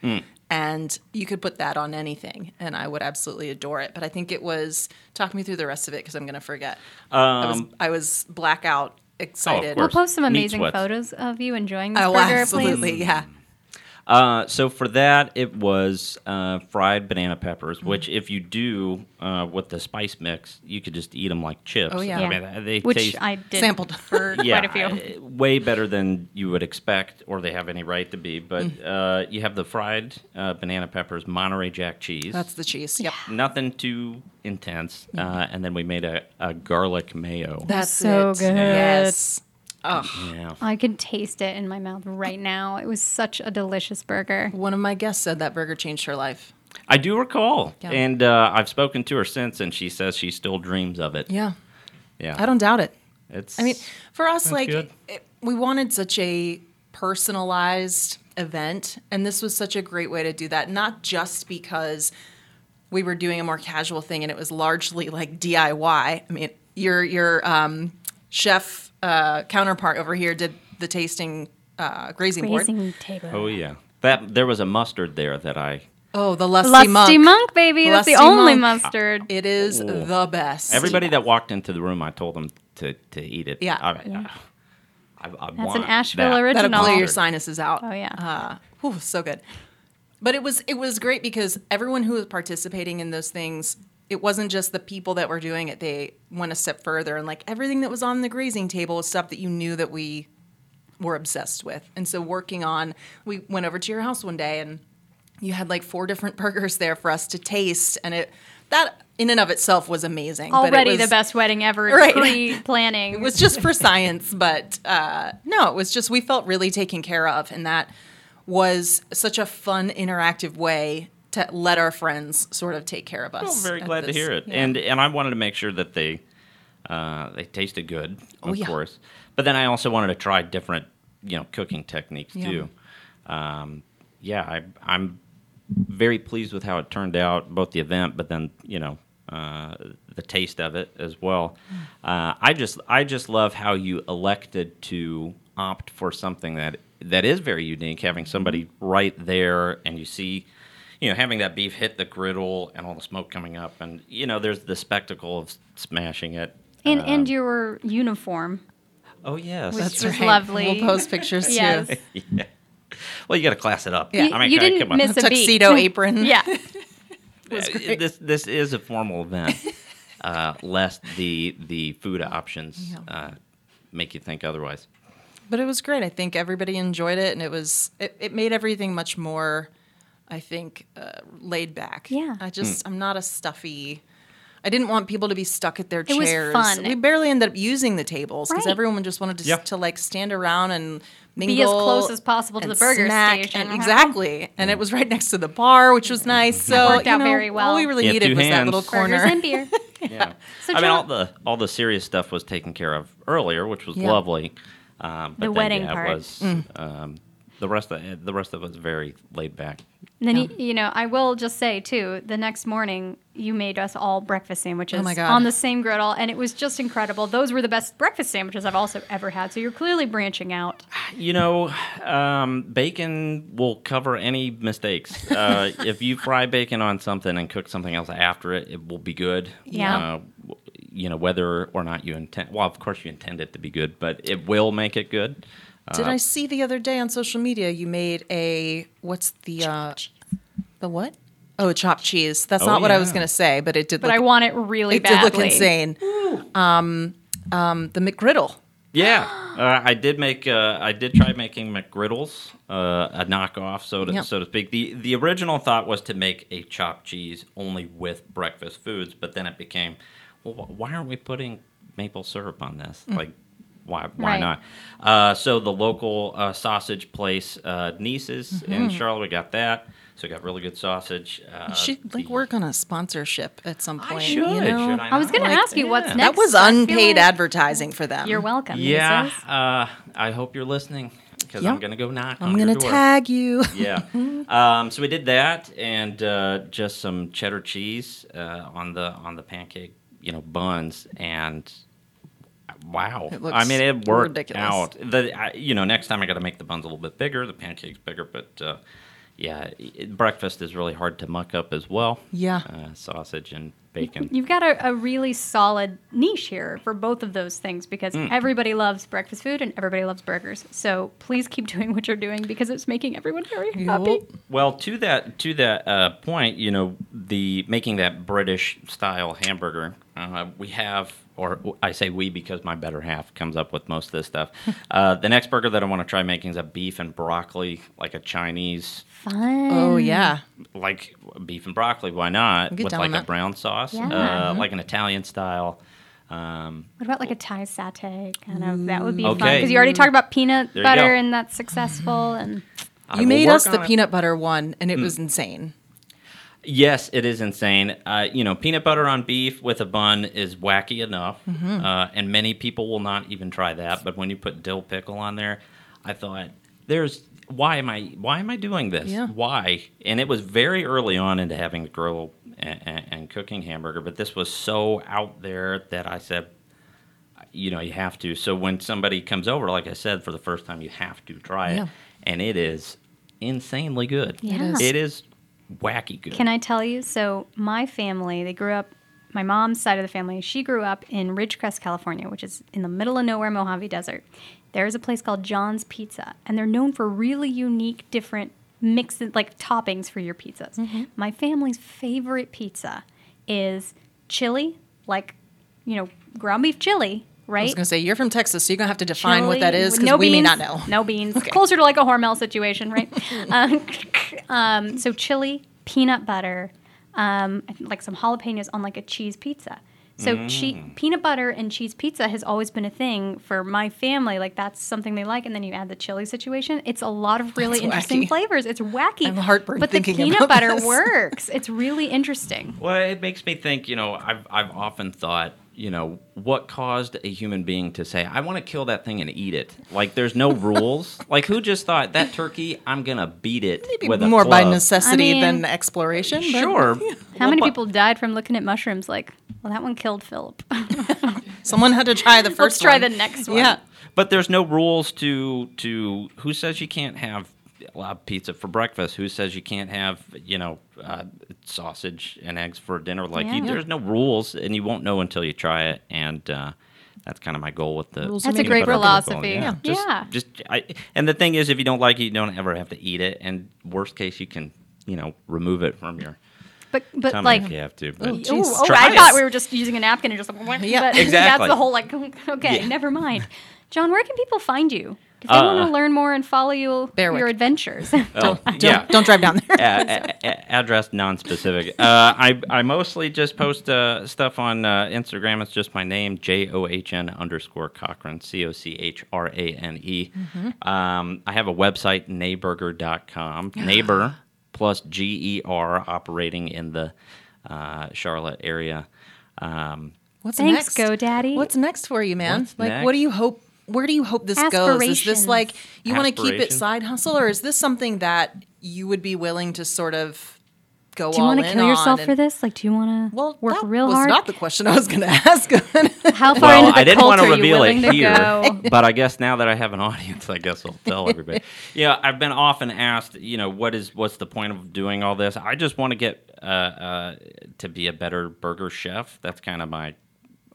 Speaker 2: and you could put that on anything, and I would absolutely adore it. But I think it was talk me through the rest of it because I'm going to forget. I was I was blackout excited.
Speaker 4: We'll
Speaker 3: course.
Speaker 4: post some
Speaker 3: Meat
Speaker 4: amazing
Speaker 3: sweats.
Speaker 4: photos of you enjoying this
Speaker 2: oh,
Speaker 4: burger,
Speaker 2: absolutely,
Speaker 4: please.
Speaker 2: yeah.
Speaker 3: Uh, so for that, it was uh, fried banana peppers,
Speaker 2: Mm-hmm.
Speaker 3: which if you do uh, with the spice mix, you could just eat them like chips.
Speaker 2: Oh, yeah.
Speaker 3: I
Speaker 4: Yeah.
Speaker 3: mean, they
Speaker 4: Which
Speaker 3: taste
Speaker 4: I did
Speaker 2: Sampled.
Speaker 4: for
Speaker 3: yeah,
Speaker 4: quite a few.
Speaker 3: uh, way better than you would expect or they have any right to be. But
Speaker 2: Mm.
Speaker 3: uh, you have the fried uh, banana peppers, Monterey Jack cheese.
Speaker 2: That's the cheese. Yep.
Speaker 3: nothing too intense. Uh, and then we made a, a garlic mayo.
Speaker 2: That's
Speaker 4: So
Speaker 2: it.
Speaker 4: good.
Speaker 2: Yes.
Speaker 3: yeah.
Speaker 4: I can taste it in my mouth right now. It was such a delicious burger.
Speaker 2: One of my guests said that burger changed her life.
Speaker 3: I do recall.
Speaker 2: Yeah.
Speaker 3: And uh, I've spoken to her since, and she says she still dreams of it.
Speaker 2: Yeah.
Speaker 3: Yeah.
Speaker 2: I don't doubt it.
Speaker 3: It's,
Speaker 2: I mean, for us, like,
Speaker 3: good.
Speaker 2: it, we wanted such a personalized event, and this was such a great way to do that. Not just because we were doing a more casual thing, and it was largely like DIY. I mean, your your um, chef uh, counterpart over here did the tasting uh, grazing, board.
Speaker 4: Raising table.
Speaker 3: Oh yeah, that there was a mustard there that I.
Speaker 2: Oh, the lusty,
Speaker 4: Lusty monk,
Speaker 2: monk.
Speaker 4: baby. That's
Speaker 2: Lusty
Speaker 4: the only
Speaker 2: monk.
Speaker 4: mustard.
Speaker 2: It is
Speaker 3: Ooh.
Speaker 2: the best.
Speaker 3: Everybody that walked into the room, I told them to, to eat it.
Speaker 2: Yeah.
Speaker 3: I, I, I, I
Speaker 4: an
Speaker 3: want
Speaker 4: Asheville
Speaker 3: that.
Speaker 4: original.
Speaker 2: That'll clear your
Speaker 3: Mustard.
Speaker 2: sinuses out.
Speaker 4: Oh, yeah.
Speaker 2: Uh, whew, so good. But it was it was great because everyone who was participating in those things, it wasn't just the people that were doing it. They went a step further and like everything that was on the grazing table was stuff that you knew that we were obsessed with. And so working on, we went over to your house one day and you had like four different burgers there for us to taste, and it that in and of itself was amazing. but it
Speaker 4: Already the
Speaker 2: was-
Speaker 4: best wedding ever.
Speaker 2: Right.
Speaker 4: Pre-planning.
Speaker 2: it was just for science, but uh, no, it was just we felt really taken care of, and that was such a fun, interactive way to let our friends sort of take care of us.
Speaker 3: I'm very
Speaker 2: at
Speaker 3: glad to
Speaker 2: this-
Speaker 3: hear it,
Speaker 2: yeah.
Speaker 3: and and I wanted to make sure that they uh, they tasted good, of
Speaker 2: yeah.
Speaker 3: course. But then I also wanted to try different, you know, cooking techniques too. Um, yeah, I, I'm very pleased with how it turned out, both the event, but then you know. Uh, the taste of it as well. Uh, I just I just love how you elected to opt for something that that is very unique. Having somebody right there, and you see you know, having that beef hit the griddle and all the smoke coming up, and you know, there's the spectacle of s- smashing it.
Speaker 4: and
Speaker 2: uh,
Speaker 4: and your uniform.
Speaker 3: Oh yes,
Speaker 4: Which-
Speaker 2: That's
Speaker 4: It was
Speaker 2: right.
Speaker 4: lovely.
Speaker 2: We'll post pictures
Speaker 4: Yes.
Speaker 2: too.
Speaker 3: yeah. Well, you got to class it up.
Speaker 2: Yeah.
Speaker 4: You- you
Speaker 3: God,
Speaker 4: didn't
Speaker 3: come on.
Speaker 4: miss It's a beat.
Speaker 2: tuxedo apron.
Speaker 4: Yeah.
Speaker 3: Uh, This this is a formal event. uh, lest the the food options
Speaker 2: Yeah.
Speaker 3: uh, make you think otherwise.
Speaker 2: but it was great. I think everybody enjoyed it, and it was it, it made everything much more, I think, uh, laid back.
Speaker 4: Yeah.
Speaker 2: I just
Speaker 3: Hmm.
Speaker 2: I'm not a stuffy. I didn't want people to be stuck at their
Speaker 4: It was
Speaker 2: chairs.
Speaker 4: fun.
Speaker 2: We barely ended up using the tables because
Speaker 4: Right.
Speaker 2: everyone just wanted to, s-
Speaker 3: Yeah.
Speaker 2: to like stand around and mingle,
Speaker 4: as close as possible to
Speaker 2: and
Speaker 4: the burger
Speaker 2: snack
Speaker 4: station.
Speaker 2: and-
Speaker 4: Uh-huh.
Speaker 2: exactly, and it was right next to the bar, which was nice. So
Speaker 4: worked
Speaker 2: you
Speaker 4: out
Speaker 2: know,
Speaker 4: very well.
Speaker 2: All we really
Speaker 3: Yeah,
Speaker 2: needed
Speaker 3: two
Speaker 2: was that
Speaker 3: hands.
Speaker 2: little corner.
Speaker 4: Burgers and beer.
Speaker 3: Yeah.
Speaker 4: So
Speaker 3: I mean,
Speaker 4: John-
Speaker 3: all the all the serious stuff was taken care of earlier, which was
Speaker 2: Yeah.
Speaker 3: lovely. Um, but
Speaker 4: The
Speaker 3: then,
Speaker 4: wedding
Speaker 3: yeah, it
Speaker 4: part. Mm.
Speaker 3: was um, the rest of the rest of it was very laid back.
Speaker 4: And then, you, you know, I will just say too, the next morning you made us all breakfast sandwiches
Speaker 2: Oh my God.
Speaker 4: on the same griddle, and it was just incredible. Those were the best breakfast sandwiches I've also ever had. So you're clearly branching out.
Speaker 3: You know, um, bacon will cover any mistakes. Uh, if you fry bacon on something and cook something else after it, it will be good.
Speaker 4: Yeah.
Speaker 3: Uh, w- you know whether or not you intend. Well, of course you intend it to be good, but it will make it good.
Speaker 2: Did
Speaker 4: Uh,
Speaker 2: I see the other day on social media you made a what's the uh, the what? Oh, chopped cheese. That's
Speaker 3: Oh,
Speaker 2: not what I
Speaker 3: yeah.
Speaker 2: was going to say, but it did.
Speaker 4: But
Speaker 2: look,
Speaker 4: I want it really
Speaker 2: it
Speaker 4: badly.
Speaker 2: did look insane. Um, um, the McGriddle.
Speaker 3: Yeah, uh, I did make. Uh, I did try making McGriddles, uh, a knockoff, so to
Speaker 2: Yeah.
Speaker 3: so to speak. the The original thought was to make a chopped cheese only with breakfast foods, but then it became, well, wh- why aren't we putting maple syrup on this?
Speaker 2: Mm.
Speaker 3: Like, why why
Speaker 4: Right.
Speaker 3: not? Uh, so the local uh, sausage place, uh, Niece's in Charlotte, we got that. So we got really good sausage. Uh,
Speaker 2: Mm-hmm. You should like
Speaker 3: the-
Speaker 2: work on a sponsorship at some
Speaker 3: I
Speaker 2: point.
Speaker 3: should.
Speaker 2: you know?
Speaker 3: should I,
Speaker 4: I was
Speaker 3: not?
Speaker 4: going to
Speaker 2: Like,
Speaker 4: ask you what's
Speaker 3: yeah.
Speaker 4: next.
Speaker 2: That was
Speaker 4: I feel
Speaker 2: unpaid
Speaker 4: like-
Speaker 2: advertising for them.
Speaker 4: You're welcome.
Speaker 3: Yeah,
Speaker 4: Mises.
Speaker 3: uh, I hope you're listening because
Speaker 2: Yeah.
Speaker 3: I'm gonna go knock.
Speaker 2: I'm
Speaker 3: on your
Speaker 2: gonna
Speaker 3: door.
Speaker 2: tag you.
Speaker 3: yeah. Um, so we did that, and uh, just some cheddar cheese uh, on the on the pancake, you know, buns, and wow,
Speaker 2: It looks
Speaker 3: I mean, it worked
Speaker 2: ridiculous.
Speaker 3: out. The I, you know, next time I got to make the buns a little bit bigger, the pancakes bigger, but uh, yeah, it, breakfast is really hard to muck up as well.
Speaker 2: Yeah.
Speaker 3: uh, sausage and bacon.
Speaker 4: You've got a, a really solid niche here for both of those things because
Speaker 3: Mm.
Speaker 4: everybody loves breakfast food and everybody loves burgers. So please keep doing what you're doing because it's making everyone very happy.
Speaker 2: Yup.
Speaker 3: Well, to that to that uh, point, you know, the making that British style hamburger, uh, we have, or I say we because my better half comes up with most of this stuff. uh, the next burger that I want to try making is a beef and broccoli, like a Chinese,
Speaker 4: Fun.
Speaker 2: Oh yeah,
Speaker 3: like beef and broccoli. Why not
Speaker 2: get
Speaker 3: with
Speaker 2: down
Speaker 3: like
Speaker 2: on
Speaker 3: a
Speaker 2: that.
Speaker 3: brown sauce,
Speaker 4: Yeah.
Speaker 2: Mm-hmm.
Speaker 3: uh, like an Italian style.
Speaker 4: What about like a Thai satay? Kind of that would be fun
Speaker 3: Mm. Okay.
Speaker 4: because you already talked about peanut
Speaker 3: There you
Speaker 4: butter
Speaker 3: go.
Speaker 4: and that's successful and
Speaker 3: I
Speaker 2: you
Speaker 3: will
Speaker 2: made
Speaker 3: work
Speaker 2: us the
Speaker 3: on it.
Speaker 2: peanut butter one, and it was
Speaker 4: Mm.
Speaker 2: insane.
Speaker 3: Yes, it is insane. Uh, you know, peanut butter on beef with a bun is wacky enough,
Speaker 2: Mm-hmm.
Speaker 3: uh, and many people will not even try that. But when you put dill pickle on there, I thought, "There's why am I why am I doing this?
Speaker 2: Yeah.
Speaker 3: Why?" And it was very early on into having the grill and, and, and cooking hamburger, but this was so out there that I said, you know, you have to. So when somebody comes over, like I said, for the first time, you have to try
Speaker 2: Yeah.
Speaker 3: it, and it is insanely good.
Speaker 4: It is.
Speaker 3: It is wacky good.
Speaker 4: Can I tell you? So my family, they grew up. My mom's side of the family, she grew up in Ridgecrest, California, which is in the middle of nowhere, Mojave Desert. There is a place called John's Pizza, and they're known for really unique, different mixes, like toppings for your pizzas. My family's favorite pizza is chili, like you know, ground beef chili,
Speaker 2: I
Speaker 4: right?
Speaker 2: was gonna say you're from Texas, so you're gonna have to define what that
Speaker 4: Chili
Speaker 2: is
Speaker 4: with
Speaker 2: because
Speaker 4: no
Speaker 2: we
Speaker 4: beans,
Speaker 2: may not know.
Speaker 4: No beans. Closer to like a Hormel situation, right? um, um, so chili, peanut butter, um, and, like some jalapenos on like a cheese pizza. So
Speaker 2: Mm.
Speaker 4: che- peanut butter and cheese pizza has always been a thing for my family. Like that's something they like, and then you add the chili situation. It's a lot of really
Speaker 2: That's
Speaker 4: interesting
Speaker 2: wacky.
Speaker 4: flavors. It's wacky.
Speaker 2: I'm heartburned
Speaker 4: but
Speaker 2: thinking
Speaker 4: the peanut
Speaker 2: about
Speaker 4: butter
Speaker 2: this.
Speaker 4: works. It's really interesting.
Speaker 3: Well, it makes me think, you know, I've, I've often thought, you know, what caused a human being to say, I want to kill that thing and eat it? Like, there's no rules. Like, who just thought, that turkey, I'm going to beat it
Speaker 2: Maybe
Speaker 3: with a
Speaker 2: more by
Speaker 3: club."
Speaker 2: necessity
Speaker 4: I mean-
Speaker 2: than exploration. but-
Speaker 3: Sure.
Speaker 4: How
Speaker 3: Well,
Speaker 4: many
Speaker 3: but-
Speaker 4: people died from looking at mushrooms? Like, well, that one killed Philip.
Speaker 2: Someone had to try the 1st
Speaker 4: Let's try
Speaker 2: one.
Speaker 4: the next one.
Speaker 2: Yeah.
Speaker 3: But there's no rules to to who says you can't have uh, pizza for breakfast. Who says you can't have you know uh, sausage and eggs for dinner? Like you,
Speaker 4: Yeah.
Speaker 3: there's no rules, and you won't know until you try it. And uh, that's kind of my goal with the.
Speaker 2: Rules
Speaker 4: That's
Speaker 2: a
Speaker 3: peanut
Speaker 4: great
Speaker 3: butter and pickle.
Speaker 4: philosophy.
Speaker 3: Yeah.
Speaker 4: Yeah.
Speaker 3: Just,
Speaker 4: Yeah.
Speaker 3: just I, and the thing is, if you don't like it, you don't ever have to eat it. And worst case, you can you know remove it from your
Speaker 4: But but
Speaker 3: tummy
Speaker 4: like
Speaker 3: if you have to. But
Speaker 2: Ooh,
Speaker 4: Oh,
Speaker 2: Jeez,
Speaker 4: oh,
Speaker 3: try
Speaker 4: I
Speaker 3: it.
Speaker 4: thought we were just using a napkin and just like, but
Speaker 3: Exactly.
Speaker 4: That's the whole like, okay,
Speaker 3: Yeah.
Speaker 4: never mind. John, where can people find you? If they
Speaker 3: Uh,
Speaker 4: want to learn more and follow you,
Speaker 2: Berwick.
Speaker 4: your adventures.
Speaker 3: oh,
Speaker 2: Don't, don't drive down there.
Speaker 3: a- a- a- address non-specific. Uh, I I mostly just post uh, stuff on uh, Instagram. It's just my name, J O H N underscore Cochran, C O C H R A N E. Um, I have a website, neighburger.com. Neighbor plus G E R, operating in the uh, Charlotte area. Um,
Speaker 2: What's next?
Speaker 4: Thanks, GoDaddy.
Speaker 2: What's next for you, man?
Speaker 3: What's
Speaker 2: like, what do
Speaker 3: next?
Speaker 2: you hope? Where do you hope this goes? Is this
Speaker 4: Aspirations.
Speaker 2: like you want to keep it
Speaker 3: Aspirations.
Speaker 2: side hustle, or is this something that you would be willing to sort of go
Speaker 4: do you
Speaker 2: all
Speaker 4: want
Speaker 2: in
Speaker 4: to kill yourself
Speaker 2: on
Speaker 4: for
Speaker 2: and-
Speaker 4: this? Like, do you want to
Speaker 2: Well,
Speaker 4: work
Speaker 2: that
Speaker 4: real
Speaker 2: was
Speaker 4: hard?
Speaker 2: not the question I was going to ask.
Speaker 4: How far
Speaker 3: Well,
Speaker 4: into the
Speaker 3: I didn't
Speaker 4: cult
Speaker 3: want to
Speaker 4: are you
Speaker 3: reveal it
Speaker 4: willing to
Speaker 3: here,
Speaker 4: go?
Speaker 3: but I guess now that I have an audience, I guess I'll tell everybody. yeah, I've been often asked, you know, what is what's the point of doing all this? I just want to get uh, uh, to be a better burger chef. That's kind of my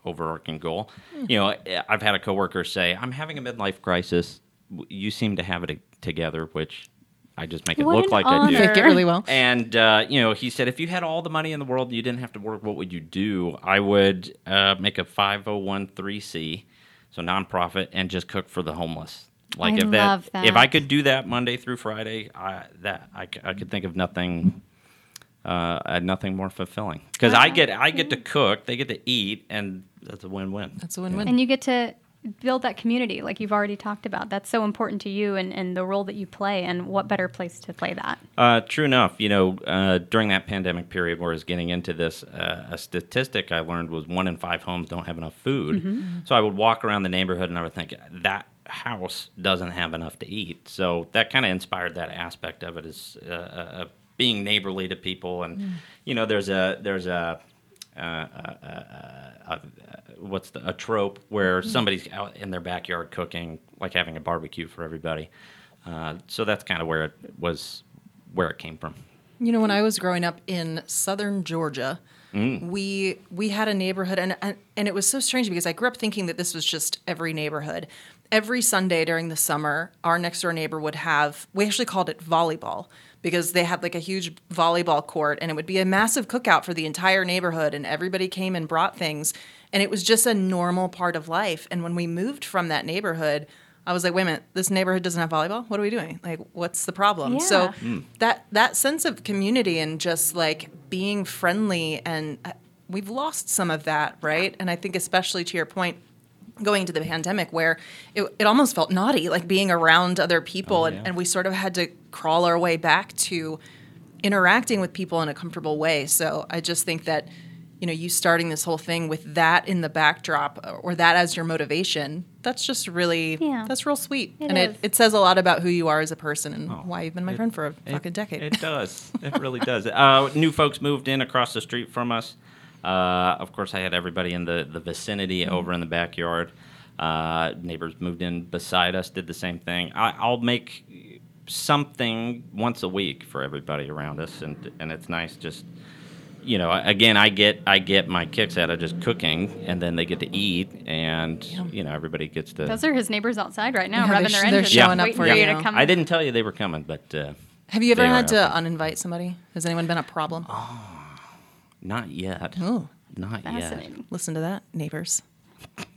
Speaker 3: overarching goal.
Speaker 4: Hmm.
Speaker 3: You know, I- I've had a coworker say, "I'm having a midlife crisis. W- You seem to have it together," which I just make it
Speaker 4: What
Speaker 3: look
Speaker 4: an
Speaker 3: like I do.
Speaker 4: honor.
Speaker 2: Fake it really well.
Speaker 3: And uh, you know, he said, if you had all the money in the world and you didn't have to work, what would you do? I would uh, make a 501c, so nonprofit, and just cook for the homeless. Like
Speaker 4: I
Speaker 3: if
Speaker 4: love that.
Speaker 3: if I could do that Monday through Friday, I, that I, c- I could think of nothing. Uh, uh, nothing more fulfilling because I
Speaker 4: Uh-huh.
Speaker 3: get I get to cook, they get to eat, and that's a win-win.
Speaker 2: That's a win-win.
Speaker 4: And you get to build that community, like you've already talked about. That's so important to you and, and the role that you play, and what better place to play that.
Speaker 3: Uh, true enough. You know, uh, during that pandemic period where I was getting into this, uh, a statistic I learned was one in five homes don't have enough food. So I would walk around the neighborhood and I would think, that house doesn't have enough to eat. So that kind of inspired that aspect of it is uh, uh, uh, being neighborly to people. And, you know, there's a, there's a, what's the, a trope where somebody's out in their backyard cooking, like having a barbecue for everybody. Uh, so that's kind of where it was, where it came from.
Speaker 2: You know, when I was growing up in southern Georgia, we we had a neighborhood, and, and and it was so strange because I grew up thinking that this was just every neighborhood. Every Sunday during the summer, our next door neighbor would have. We actually called it volleyball because they had like a huge volleyball court, and it would be a massive cookout for the entire neighborhood, and everybody came and brought things, and it was just a normal part of life. And when we moved from that neighborhood. I was like, wait a minute, this neighborhood doesn't have volleyball? What are we doing? Like, what's the problem? So
Speaker 4: Yeah.
Speaker 2: that that sense of community and just like being friendly and uh, we've lost some of that right and i think especially to your point going into the pandemic where it, it almost felt naughty like being around other people
Speaker 3: yeah.
Speaker 2: and, and we sort of had to crawl our way back to interacting with people in a comfortable way so i just think that you know you starting this whole thing with that in the backdrop uh, or that as your motivation that's just really
Speaker 4: Yeah.
Speaker 2: that's real sweet
Speaker 4: It
Speaker 2: and
Speaker 4: is.
Speaker 2: it, it says a lot about who you are as a person and
Speaker 3: Oh,
Speaker 2: why you've been my
Speaker 3: it-
Speaker 2: friend for a
Speaker 3: it-
Speaker 2: fucking decade
Speaker 3: It does. It really does. Uh, new folks moved in across the street from us. Uh, of course, I had everybody in the, the vicinity
Speaker 4: Mm-hmm.
Speaker 3: over in the backyard. Uh, neighbors moved in beside us, did the same thing. I, I'll make something once a week for everybody around us, and and it's nice just you know again i get i get my kicks out of just cooking and then they get to eat and you know everybody gets to
Speaker 4: Those are his neighbors outside right now,
Speaker 2: Yeah,
Speaker 4: rubbing
Speaker 2: they're
Speaker 4: their
Speaker 2: sh- they're showing
Speaker 4: engines,
Speaker 2: up
Speaker 4: waiting
Speaker 2: for
Speaker 4: for you
Speaker 2: you.
Speaker 4: to come.
Speaker 3: i didn't tell you they were coming but uh,
Speaker 2: Have you ever
Speaker 3: They are Oh.
Speaker 2: had to uninvite somebody? Has anyone been a problem?
Speaker 3: not yet
Speaker 2: Oh,
Speaker 3: not yet
Speaker 4: Fascinating.
Speaker 2: listen to that, neighbors.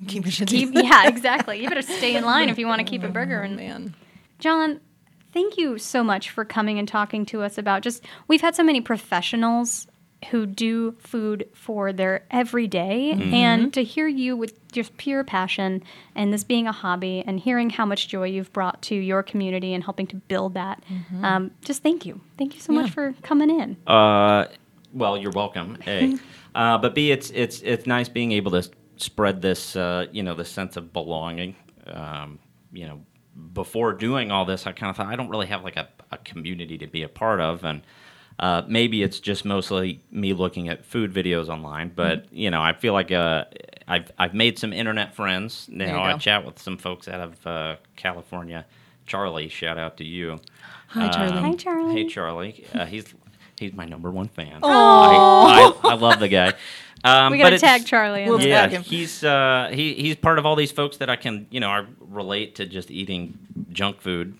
Speaker 2: Keep your shit
Speaker 4: Keep- yeah, exactly. You better stay in line if you want to keep a burger. And
Speaker 2: man.
Speaker 4: John, thank you so much for coming and talking to us about just we've had so many professionals who do food for their everyday
Speaker 2: Mm-hmm.
Speaker 4: and to hear you with just pure passion and this being a hobby and hearing how much joy you've brought to your community and helping to build that um, just thank you thank you so much
Speaker 2: Mm-hmm. Yeah.
Speaker 4: for coming in
Speaker 3: Uh, well, you're welcome. A, uh, but B, it's it's it's nice being able to s- spread this, uh, you know, the sense of belonging. Um, you know, before doing all this, I kind of thought I don't really have like a, a community to be a part of, and uh, maybe it's just mostly me looking at food videos online. But
Speaker 2: Mm-hmm.
Speaker 3: you know, I feel like uh, I've I've made some internet friends
Speaker 2: you
Speaker 3: now. I
Speaker 2: go.
Speaker 3: chat with some folks out of uh, California. Charlie, shout out to you. Uh,
Speaker 2: Hi, Charlie.
Speaker 4: Hi, Charlie.
Speaker 3: Hey, Charlie. Uh, he's he's my number one fan. I, I, I love the guy. Um,
Speaker 4: we
Speaker 3: but
Speaker 4: gotta
Speaker 3: it's-
Speaker 4: tag charlie in
Speaker 2: Well,
Speaker 4: this.
Speaker 3: Yeah,
Speaker 2: Tag him.
Speaker 3: he's uh, he he's part of all these folks that I can you know I relate to just eating junk food.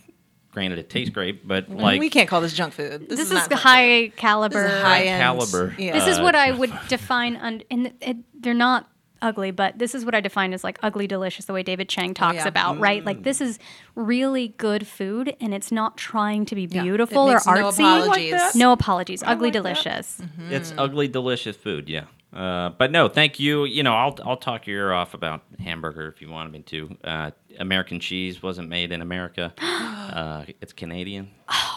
Speaker 3: Granted, it tastes great, but
Speaker 4: Mm-hmm.
Speaker 3: like
Speaker 2: we can't call this junk food. This,
Speaker 4: this,
Speaker 2: is,
Speaker 4: is,
Speaker 2: not junk
Speaker 4: high
Speaker 2: food. This
Speaker 4: caliber
Speaker 2: is high end
Speaker 3: caliber.
Speaker 2: Yeah.
Speaker 4: This is
Speaker 3: Uh,
Speaker 4: what I would define, un- and it, they're not ugly, but this is what I define as like ugly delicious, the way David Chang talks
Speaker 2: Oh, yeah. Mm.
Speaker 4: about, right? Like this is really good food, and it's not trying to be
Speaker 2: Yeah.
Speaker 4: beautiful
Speaker 2: It
Speaker 4: or
Speaker 2: makes
Speaker 4: artsy.
Speaker 2: No apologies. Mm-hmm.
Speaker 4: No apologies. Ugly delicious.
Speaker 3: it's
Speaker 2: Mm.
Speaker 3: ugly, delicious food. Yeah. Uh, but no, thank you. You know, I'll I'll talk your ear off about hamburger if you wanted me to. Uh, American cheese wasn't made in America. uh, it's Canadian.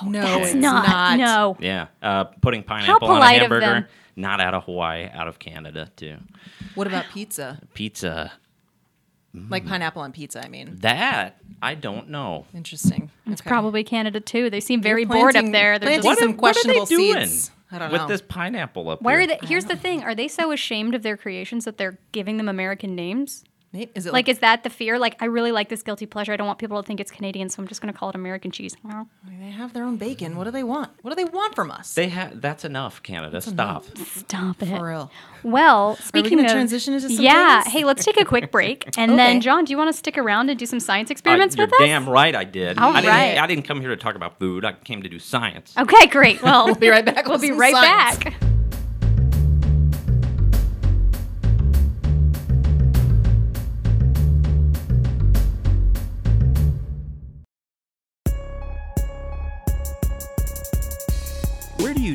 Speaker 2: no,
Speaker 4: It's not, No.
Speaker 3: Yeah, uh, putting pineapple on a
Speaker 4: polite of
Speaker 3: hamburger.
Speaker 4: them.
Speaker 3: Not out of Hawaii, out of Canada too.
Speaker 2: What about pizza?
Speaker 3: Pizza.
Speaker 2: Like pineapple on pizza, I mean.
Speaker 3: That I don't know.
Speaker 2: Interesting.
Speaker 4: It's probably Canada too. They seem very
Speaker 2: You're
Speaker 4: bored up
Speaker 2: planting-
Speaker 4: there. They're
Speaker 2: planting
Speaker 4: just,
Speaker 2: some
Speaker 3: are- what are they
Speaker 2: questionable
Speaker 3: doing
Speaker 2: seeds. I don't
Speaker 3: with
Speaker 2: know.
Speaker 3: this pineapple up
Speaker 4: why are
Speaker 3: here?
Speaker 4: they? Here's the thing: Are they so ashamed of their creations that they're giving them American names?
Speaker 2: May- Is it
Speaker 4: Like, is that the fear? Like, I really like this guilty pleasure. I don't want people to think it's Canadian, so I'm just going to call it American cheese. No.
Speaker 2: they have their own bacon? What do they want? What do they want from us?
Speaker 3: They have that's enough, Canada. Stop. Uh,
Speaker 4: Stop it.
Speaker 2: For real.
Speaker 4: Well, speaking
Speaker 2: gonna
Speaker 4: of
Speaker 2: transition into some
Speaker 4: yeah,
Speaker 2: things?
Speaker 4: hey, let's take a quick break, and then
Speaker 2: Okay.
Speaker 4: John, do you want to stick around and do some science
Speaker 3: Uh,
Speaker 4: experiments
Speaker 3: you're
Speaker 4: with us?
Speaker 3: damn right I did.
Speaker 4: All
Speaker 3: I, didn't,
Speaker 4: right. Oh,
Speaker 3: I didn't come here to talk about food. I came to do science.
Speaker 4: Okay, great. Well, we'll
Speaker 2: be right back
Speaker 4: We'll
Speaker 2: with
Speaker 4: be
Speaker 2: some
Speaker 4: right
Speaker 2: science.
Speaker 4: back.
Speaker 5: Where do you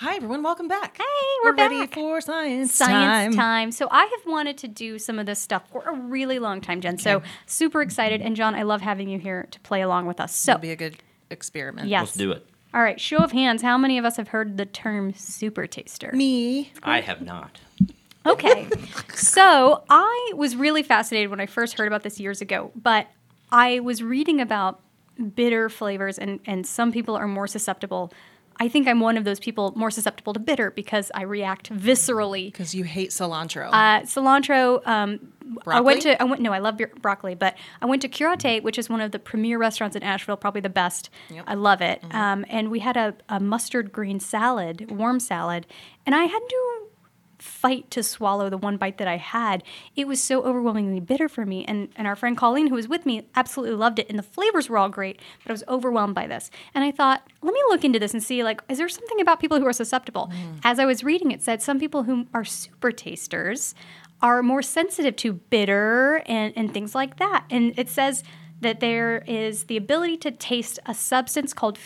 Speaker 2: Hi everyone, welcome back. Hey,
Speaker 4: we're
Speaker 2: ready
Speaker 4: back.
Speaker 2: for science,
Speaker 4: Science time. So I have wanted to do some of this stuff for a really long time, Jen. So super excited, and John, I love having you here to play along with us. So
Speaker 2: That'll be a good experiment.
Speaker 4: yes,
Speaker 3: Let's do it.
Speaker 4: All right, show of hands, how many of us have heard the term super taster?
Speaker 2: Me.
Speaker 3: I have not.
Speaker 4: Okay. so I was really fascinated when I first heard about this years ago, but I was reading about bitter flavors, and, and some people are more susceptible. I think I'm one of those people more susceptible to bitter because I react viscerally
Speaker 2: Because you hate cilantro.
Speaker 4: uh, cilantro. Um, I
Speaker 2: Broccoli?
Speaker 4: went to I went no I love bro- broccoli but I went to Curate which is one of the premier restaurants in Asheville probably the best
Speaker 2: Yep. Mm-hmm.
Speaker 4: I love it um, and we had a, a mustard green salad warm salad and I had to fight to swallow the one bite that I had it was so overwhelmingly bitter for me and and our friend Colleen who was with me absolutely loved it and the flavors were all great but I was overwhelmed by this and I thought let me look into this and see like is there something about people who are susceptible as I was reading it said some people who are super tasters are more sensitive to bitter and, and things like that. And it says that there is the ability to taste a substance called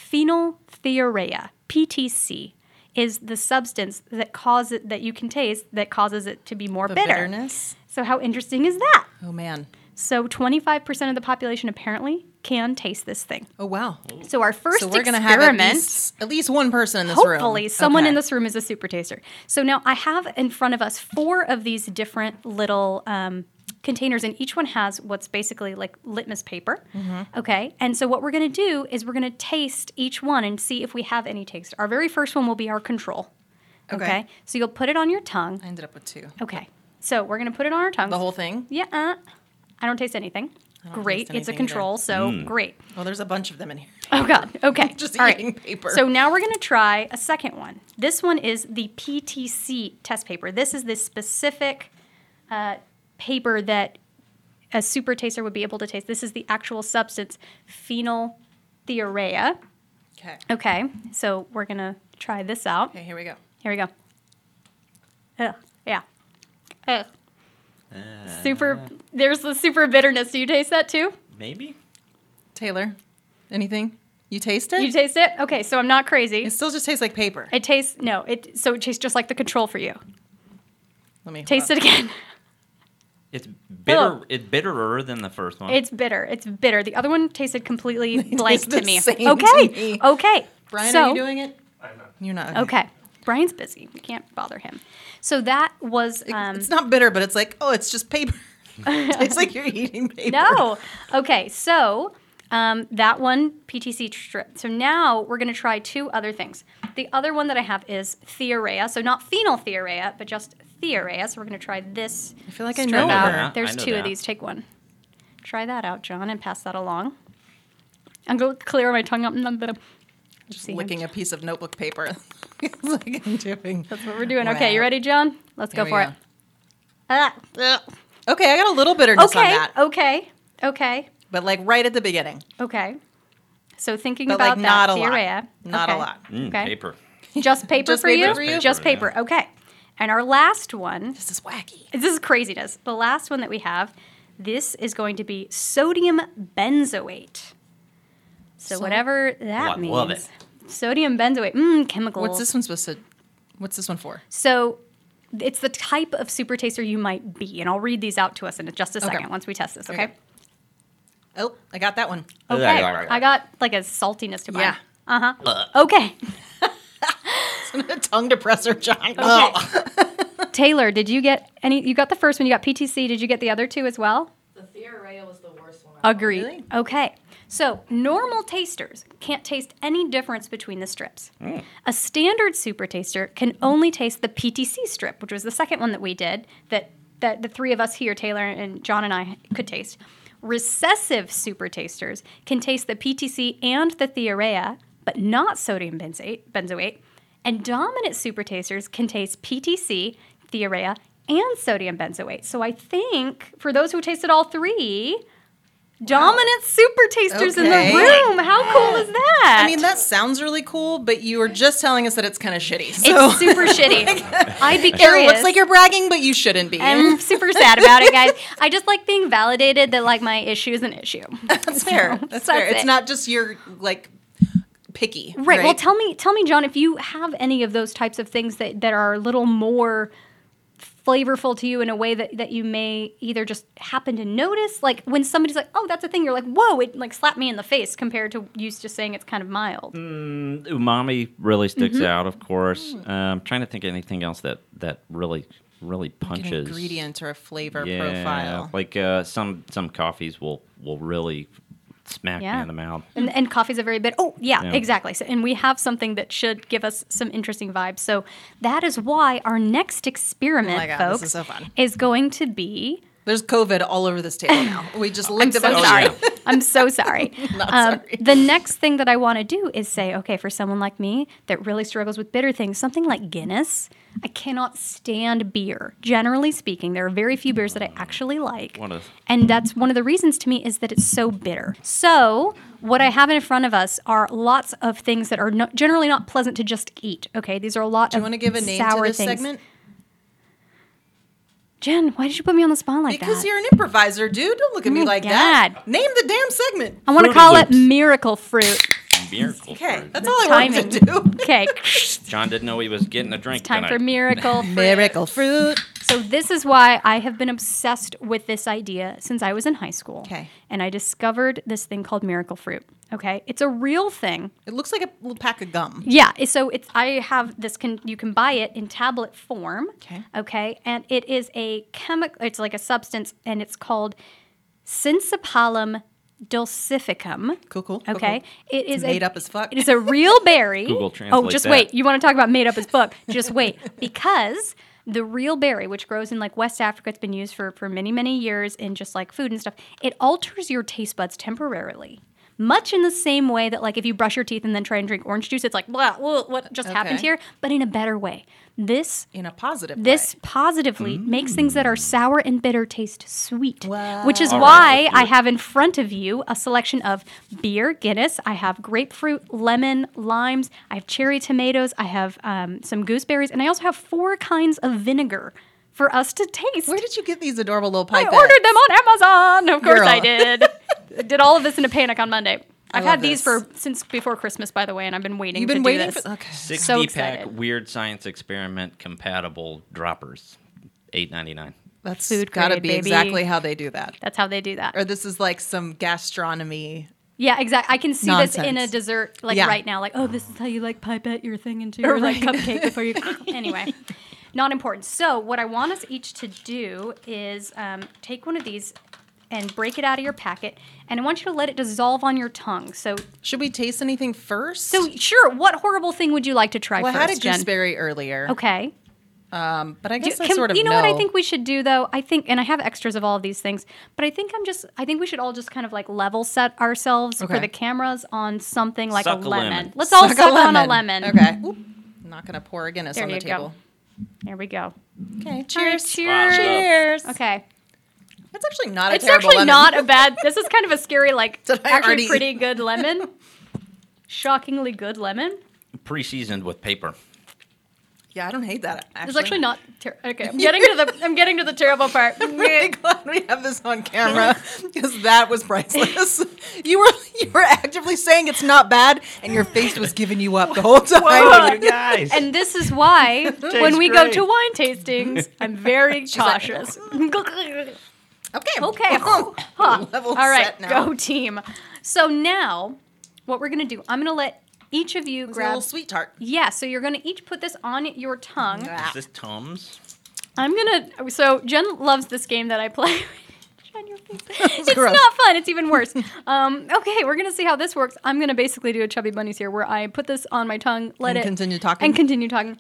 Speaker 4: phenoltheorea, PTC, is the substance that causes that you can taste that causes it to be more
Speaker 2: the
Speaker 4: bitter.
Speaker 2: bitterness.
Speaker 4: So how interesting is that?
Speaker 2: Oh man.
Speaker 4: So 25% of the population apparently can taste this thing.
Speaker 2: Oh wow.
Speaker 4: So our first
Speaker 2: so we're gonna
Speaker 4: experiment
Speaker 2: have at least, at least one person in this room.
Speaker 4: Hopefully, someone in
Speaker 2: Okay.
Speaker 4: this room is a super taster. So now I have in front of us four of these different little um, containers, and each one has what's basically like litmus paper.
Speaker 2: Mm-hmm.
Speaker 4: Okay. And so what we're going to do is we're going to taste each one and see if we have any taste. Our very first one will be our control. Okay.
Speaker 2: Okay.
Speaker 4: So you'll put it on your tongue.
Speaker 2: I ended up with two.
Speaker 4: Okay. So we're going to put it on our tongue.
Speaker 2: The whole thing?
Speaker 4: Yeah. Uh, I don't taste anything. Great.
Speaker 2: taste
Speaker 4: it's
Speaker 2: anything either.
Speaker 4: a
Speaker 2: Mm.
Speaker 4: control. So great.
Speaker 2: Well, there's a bunch of them in here.
Speaker 4: Oh God. Okay.
Speaker 2: Just
Speaker 4: All right.
Speaker 2: eating paper.
Speaker 4: So now we're going to try a second one. This one is the PTC test paper. This is the specific uh, paper that a super taster would be able to taste. This is the actual substance, phenoltheorea.
Speaker 2: Okay.
Speaker 4: Okay. So we're going to try this out.
Speaker 2: Okay, here we go.
Speaker 4: Here we go. Ugh, yeah. Ugh. Super. There's the super bitterness. Do you taste that too?
Speaker 3: Maybe?
Speaker 2: Taylor, anything? You taste it?
Speaker 4: You taste it? Okay. So I'm not crazy.
Speaker 2: it still just tastes like paper.
Speaker 4: It tastes no, it so it tastes just like the control for you.
Speaker 2: Let me
Speaker 4: Taste it again.
Speaker 3: It's bitter
Speaker 4: Ugh.
Speaker 3: it's bitterer than the first one.
Speaker 4: It's bitter. It's bitter. The other one tasted completely blank
Speaker 2: taste
Speaker 4: to
Speaker 2: the
Speaker 4: me.
Speaker 2: same to
Speaker 4: okay.
Speaker 2: me.
Speaker 4: Okay.
Speaker 2: Brian,
Speaker 4: so,
Speaker 2: are you doing it? You're not.
Speaker 4: Okay. Brian's busy. We can't bother him. So that was
Speaker 2: It-
Speaker 4: um
Speaker 2: it's not bitter, but it's like, oh, it's just paper. it's like you're eating paper.
Speaker 4: No. Okay. So um, that one PTC strip. So now we're going to try two other things. The other one that I have is theorea. So not phenyl theorea, but just theorea. So we're going to try this. I
Speaker 2: feel like I
Speaker 4: strip
Speaker 2: know
Speaker 4: out.
Speaker 2: her. I know
Speaker 4: There's
Speaker 3: that.
Speaker 4: two of these. Take one. Try that out, John, and pass that along. I'm going to clear my tongue up. and then-
Speaker 2: Just
Speaker 4: See him.
Speaker 2: licking a piece of notebook paper. it's like I'm doing.
Speaker 4: That's what we're doing. Okay. You
Speaker 2: Wow.
Speaker 4: ready, John? Let's
Speaker 2: Here
Speaker 4: go
Speaker 2: we
Speaker 4: for
Speaker 2: go.
Speaker 4: it. Ah, ugh.
Speaker 2: Okay, I got a little bitterness on
Speaker 4: Okay.
Speaker 2: that,
Speaker 4: Okay. Okay.
Speaker 2: but like right at the beginning.
Speaker 4: Okay. So thinking
Speaker 2: But,
Speaker 4: about
Speaker 2: like,
Speaker 4: that,
Speaker 2: not a lot.
Speaker 4: theorea.
Speaker 2: Not a
Speaker 4: Okay.
Speaker 2: lot.
Speaker 3: Mm,
Speaker 4: Okay.
Speaker 3: paper.
Speaker 4: Just paper
Speaker 2: Just
Speaker 4: for
Speaker 2: paper
Speaker 4: you?
Speaker 2: for you?
Speaker 4: Just
Speaker 3: Paper,
Speaker 4: paper. Okay. And our last one
Speaker 2: This is wacky.
Speaker 4: this is craziness. The last one that we have, this is going to be sodium benzoate. So
Speaker 2: So-
Speaker 4: whatever that
Speaker 3: Oh, I
Speaker 4: means.
Speaker 3: love
Speaker 4: Sodium benzoate. Mmm, chemicals.
Speaker 2: What's this one supposed to? What's this one for?
Speaker 4: So it's the type of super taster you might be. And I'll read these out to us in just a
Speaker 2: Okay.
Speaker 4: second once we test this, okay?
Speaker 2: Okay. Oh, I got that one.
Speaker 4: Okay. I got like a saltiness to mine. Uh-huh.
Speaker 2: Yeah.
Speaker 4: Okay.
Speaker 2: Tongue depressor, John.
Speaker 4: Okay. Oh. Taylor, did you get any? You got the first one. You got PTC. Did you get the other two as well?
Speaker 6: The Fiorella was the worst one.
Speaker 4: Agreed.
Speaker 2: Really?
Speaker 4: Okay. So, normal tasters can't taste any difference between the strips. A standard super taster can only taste the PTC strip, which was the second one that we did that that the three of us here, Taylor and John and I could taste. Recessive super tasters can taste the PTC and the theorea, but not sodium benzoate, benzoate. And dominant super tasters can taste PTC, theorea, and sodium benzoate. So I think for those who tasted all three, dominant super tasters in
Speaker 2: Okay.
Speaker 4: the room. How cool is that?
Speaker 2: I mean, that sounds really cool, but you were just telling us that it's kind of shitty. So
Speaker 4: it's super shitty. I'd be
Speaker 2: Kara, it
Speaker 4: curious.
Speaker 2: looks like you're bragging, but you shouldn't be.
Speaker 4: I'm super sad about it, guys. I just like being validated that like my issue is an issue.
Speaker 2: That's fair. That's
Speaker 4: so
Speaker 2: fair.
Speaker 4: that's
Speaker 2: It's
Speaker 4: it.
Speaker 2: not just you're like picky.
Speaker 4: Right. Well, tell me, tell me, John, if you have any of those types of things that that are a little more flavorful to you in a way that that you may either just happen to notice, like when somebody's like, "Oh, that's a thing," you're like, "Whoa!" It like slapped me in the face compared to you just saying it's kind of mild.
Speaker 3: umami really sticks
Speaker 4: Mm-hmm.
Speaker 3: out, of course.
Speaker 4: Mm.
Speaker 3: Uh, I'm trying to think of anything else that that really really
Speaker 2: an
Speaker 3: punches.
Speaker 2: ingredient or a flavor
Speaker 3: yeah,
Speaker 2: profile.
Speaker 3: like uh, some some coffees will will really smack me
Speaker 4: Yeah.
Speaker 3: in the mouth.
Speaker 4: And, and coffee's a very bit. Oh, yeah,
Speaker 3: Yeah.
Speaker 4: exactly. So, and we have something that should give us some interesting vibes. So that is why our next experiment,
Speaker 2: Oh my God, this
Speaker 4: folks,
Speaker 2: is so fun.
Speaker 4: is going to be.
Speaker 2: There's COVID all over this table now. We just licked a
Speaker 4: so
Speaker 2: bunch of
Speaker 4: sorry.
Speaker 2: it.
Speaker 4: I'm so sorry. Um,
Speaker 2: sorry.
Speaker 4: The next thing that I want to do is say, okay, for someone like me that really struggles with bitter things, something like Guinness, I cannot stand beer. Generally speaking, there are very few beers that I actually like.
Speaker 3: What is-
Speaker 4: And that's one of the reasons to me is that it's so bitter. So, what I have in front of us are lots of things that are no, generally not pleasant to just eat. Okay, these are a lot
Speaker 2: Do you
Speaker 4: of
Speaker 2: want to give a name
Speaker 4: sour
Speaker 2: to this
Speaker 4: things. Oh
Speaker 2: segment?
Speaker 4: Jen, why did you put me on the spot like
Speaker 2: Because
Speaker 4: that?
Speaker 2: you're an improviser, dude. Don't look at me
Speaker 4: Oh my
Speaker 2: like that.
Speaker 4: God. Oh
Speaker 2: Name the damn segment.
Speaker 4: I want to
Speaker 3: Fruity
Speaker 4: call it
Speaker 3: Loops.
Speaker 4: miracle fruit.
Speaker 3: Miracle.
Speaker 2: Okay,
Speaker 3: fruit.
Speaker 2: that's all I
Speaker 4: Timing.
Speaker 2: wanted to do.
Speaker 4: Okay.
Speaker 3: John didn't know he was getting a drink.
Speaker 4: Time
Speaker 3: tonight.
Speaker 4: for miracle. fruit.
Speaker 2: Miracle fruit.
Speaker 4: So this is why I have been obsessed with this idea since I was in high school.
Speaker 2: Okay.
Speaker 4: And I discovered this thing called miracle fruit. Okay. It's a real thing.
Speaker 2: It looks like a little pack of gum.
Speaker 4: Yeah. it- So it's I have this can you can buy it in tablet form.
Speaker 2: Okay.
Speaker 4: Okay. And it is a chemical. It's like a substance, and it's called Synsipalum dulcificum.
Speaker 2: Cool, cool. cool,
Speaker 4: Okay.
Speaker 2: cool.
Speaker 4: It is
Speaker 2: Made
Speaker 4: a,
Speaker 2: up as fuck.
Speaker 4: It is a real berry.
Speaker 3: Google
Speaker 4: Oh,
Speaker 3: translate
Speaker 4: just
Speaker 3: that.
Speaker 4: wait. You want to talk about made up as book? Just wait, because the real berry, which grows in like West Africa, it's been used for for many many years in just like food and stuff. It alters your taste buds temporarily. Much in the same way that, like, if you brush your teeth and then try and drink orange juice, it's like, blah, whoa, what just happened
Speaker 2: Okay.
Speaker 4: here? But in a better way. This
Speaker 2: in a positive.
Speaker 4: this
Speaker 2: way.
Speaker 4: positively makes things that are sour and bitter taste sweet,
Speaker 2: Wow.
Speaker 4: which is
Speaker 3: All right,
Speaker 4: why
Speaker 3: let's do
Speaker 4: I
Speaker 3: it.
Speaker 4: have in front of you a selection of beer, Guinness. I have grapefruit, lemon, limes. I have cherry tomatoes. I have um, some gooseberries, and I also have four kinds of vinegar for us to taste.
Speaker 2: Where did you get these adorable little
Speaker 4: I
Speaker 2: pipettes?
Speaker 4: ordered them on Amazon. Of course, I
Speaker 2: Girl.
Speaker 4: did. I did all of this in a panic on Monday. I've
Speaker 2: love
Speaker 4: had these
Speaker 2: this.
Speaker 4: for since before Christmas, by the way, and I've been waiting.
Speaker 2: You've been
Speaker 4: to do
Speaker 2: waiting
Speaker 4: this.
Speaker 2: for. Okay.
Speaker 3: 60
Speaker 4: So
Speaker 3: pack
Speaker 4: excited.
Speaker 3: weird science experiment compatible droppers. 8.99.
Speaker 2: That's
Speaker 4: Food
Speaker 2: gotta
Speaker 4: grade,
Speaker 2: be
Speaker 4: baby.
Speaker 2: exactly how they do that.
Speaker 4: That's how they do that.
Speaker 2: Or this is like some gastronomy.
Speaker 4: Yeah, exactly. I can see this in a
Speaker 2: Nonsense.
Speaker 4: dessert like
Speaker 2: Yeah.
Speaker 4: right now. Like, oh, this is how you like pipette your thing into your like cupcake before you. anyway, not important. So what I want us each to do is um, take one of these and break it out of your packet, and I want you to let it dissolve on your tongue. So,
Speaker 2: Should we taste anything first?
Speaker 4: so sure. What horrible thing would you like to try
Speaker 2: well, I
Speaker 4: first,
Speaker 2: had a
Speaker 4: Jen?
Speaker 2: gooseberry earlier.
Speaker 4: Okay.
Speaker 2: Um, but I
Speaker 4: Do-
Speaker 2: guess I
Speaker 4: can-
Speaker 2: sort of
Speaker 4: you know, what I think we should do though? I think, and I have extras of all of these things, but I think I'm just, I think we should all just kind of like level set ourselves for
Speaker 2: Okay.
Speaker 4: the cameras on something like
Speaker 3: Suck a
Speaker 4: a lemon.
Speaker 3: lemon.
Speaker 4: Let's all suck on a lemon.
Speaker 2: Okay. Oop. I'm not gonna pour a Guinness
Speaker 4: There
Speaker 2: on the
Speaker 4: you
Speaker 2: table.
Speaker 4: go. There we go.
Speaker 2: Okay.
Speaker 4: All right,
Speaker 2: Cheers.
Speaker 4: cheers.
Speaker 2: Cheers.
Speaker 4: Okay.
Speaker 2: That's actually not a
Speaker 4: it's
Speaker 2: terrible
Speaker 4: actually
Speaker 2: lemon.
Speaker 4: not a bad. This is kind of a scary, like
Speaker 2: Did I
Speaker 4: actually
Speaker 2: already-
Speaker 4: pretty good lemon. Shockingly good lemon.
Speaker 3: Pre seasoned with paper.
Speaker 2: Yeah, I don't hate that. Actually.
Speaker 4: It's actually not. Ter- okay, I'm getting to the I'm getting to the terrible part.
Speaker 2: really glad we have this on camera because that was priceless. you were you were actively saying it's not bad, and your face was giving you up the whole time.
Speaker 3: Whoa, you guys.
Speaker 4: And this is why when we go
Speaker 3: great.
Speaker 4: to wine tastings, I'm very cautious.
Speaker 2: Okay,
Speaker 4: Okay.
Speaker 2: Huh. Level
Speaker 4: All right,
Speaker 2: set now.
Speaker 4: go team. So now, what we're gonna do? I'm gonna let each of you
Speaker 2: It's a
Speaker 4: grab.
Speaker 2: little sweet tart.
Speaker 4: Yeah, so you're gonna each put this on your tongue.
Speaker 3: Is this Tums?
Speaker 4: I'm gonna. So Jen loves this game that I play. Jen, your face. it's
Speaker 2: gross.
Speaker 4: not fun. It's even worse. um, okay, we're gonna see how this works. I'm gonna basically do a chubby bunnies here, where I put this on my tongue, let
Speaker 2: And
Speaker 4: it
Speaker 2: continue talking?
Speaker 4: and continue talking,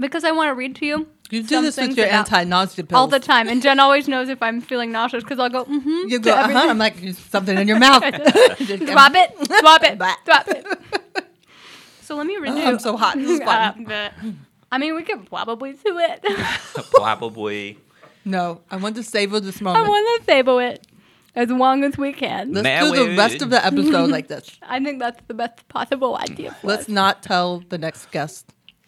Speaker 4: because I want to read to you.
Speaker 2: You do
Speaker 4: some
Speaker 2: this with
Speaker 4: things
Speaker 2: your
Speaker 4: about-
Speaker 2: anti-nausea
Speaker 4: all
Speaker 2: pills.
Speaker 4: the time, and Jen always knows if I'm feeling nauseous because I'll go mm-hmm.
Speaker 2: You go, uh-huh. I'm like "There's something in your mouth.
Speaker 4: Swap it, swap it,
Speaker 2: Bah.
Speaker 4: swap it. So let me renew.
Speaker 2: Oh, I'm so hot. This is
Speaker 4: Uh,
Speaker 2: fun.
Speaker 4: bleh. I mean, we could probably do it.
Speaker 3: Probably.
Speaker 2: No, I want to savor this
Speaker 4: I
Speaker 2: moment.
Speaker 4: want to table it as long as we can.
Speaker 2: Let's
Speaker 3: Now
Speaker 2: do the
Speaker 3: we-
Speaker 2: rest of the episode like this.
Speaker 4: I think that's the best possible idea. For
Speaker 2: Let's
Speaker 4: us.
Speaker 2: not tell the next guest.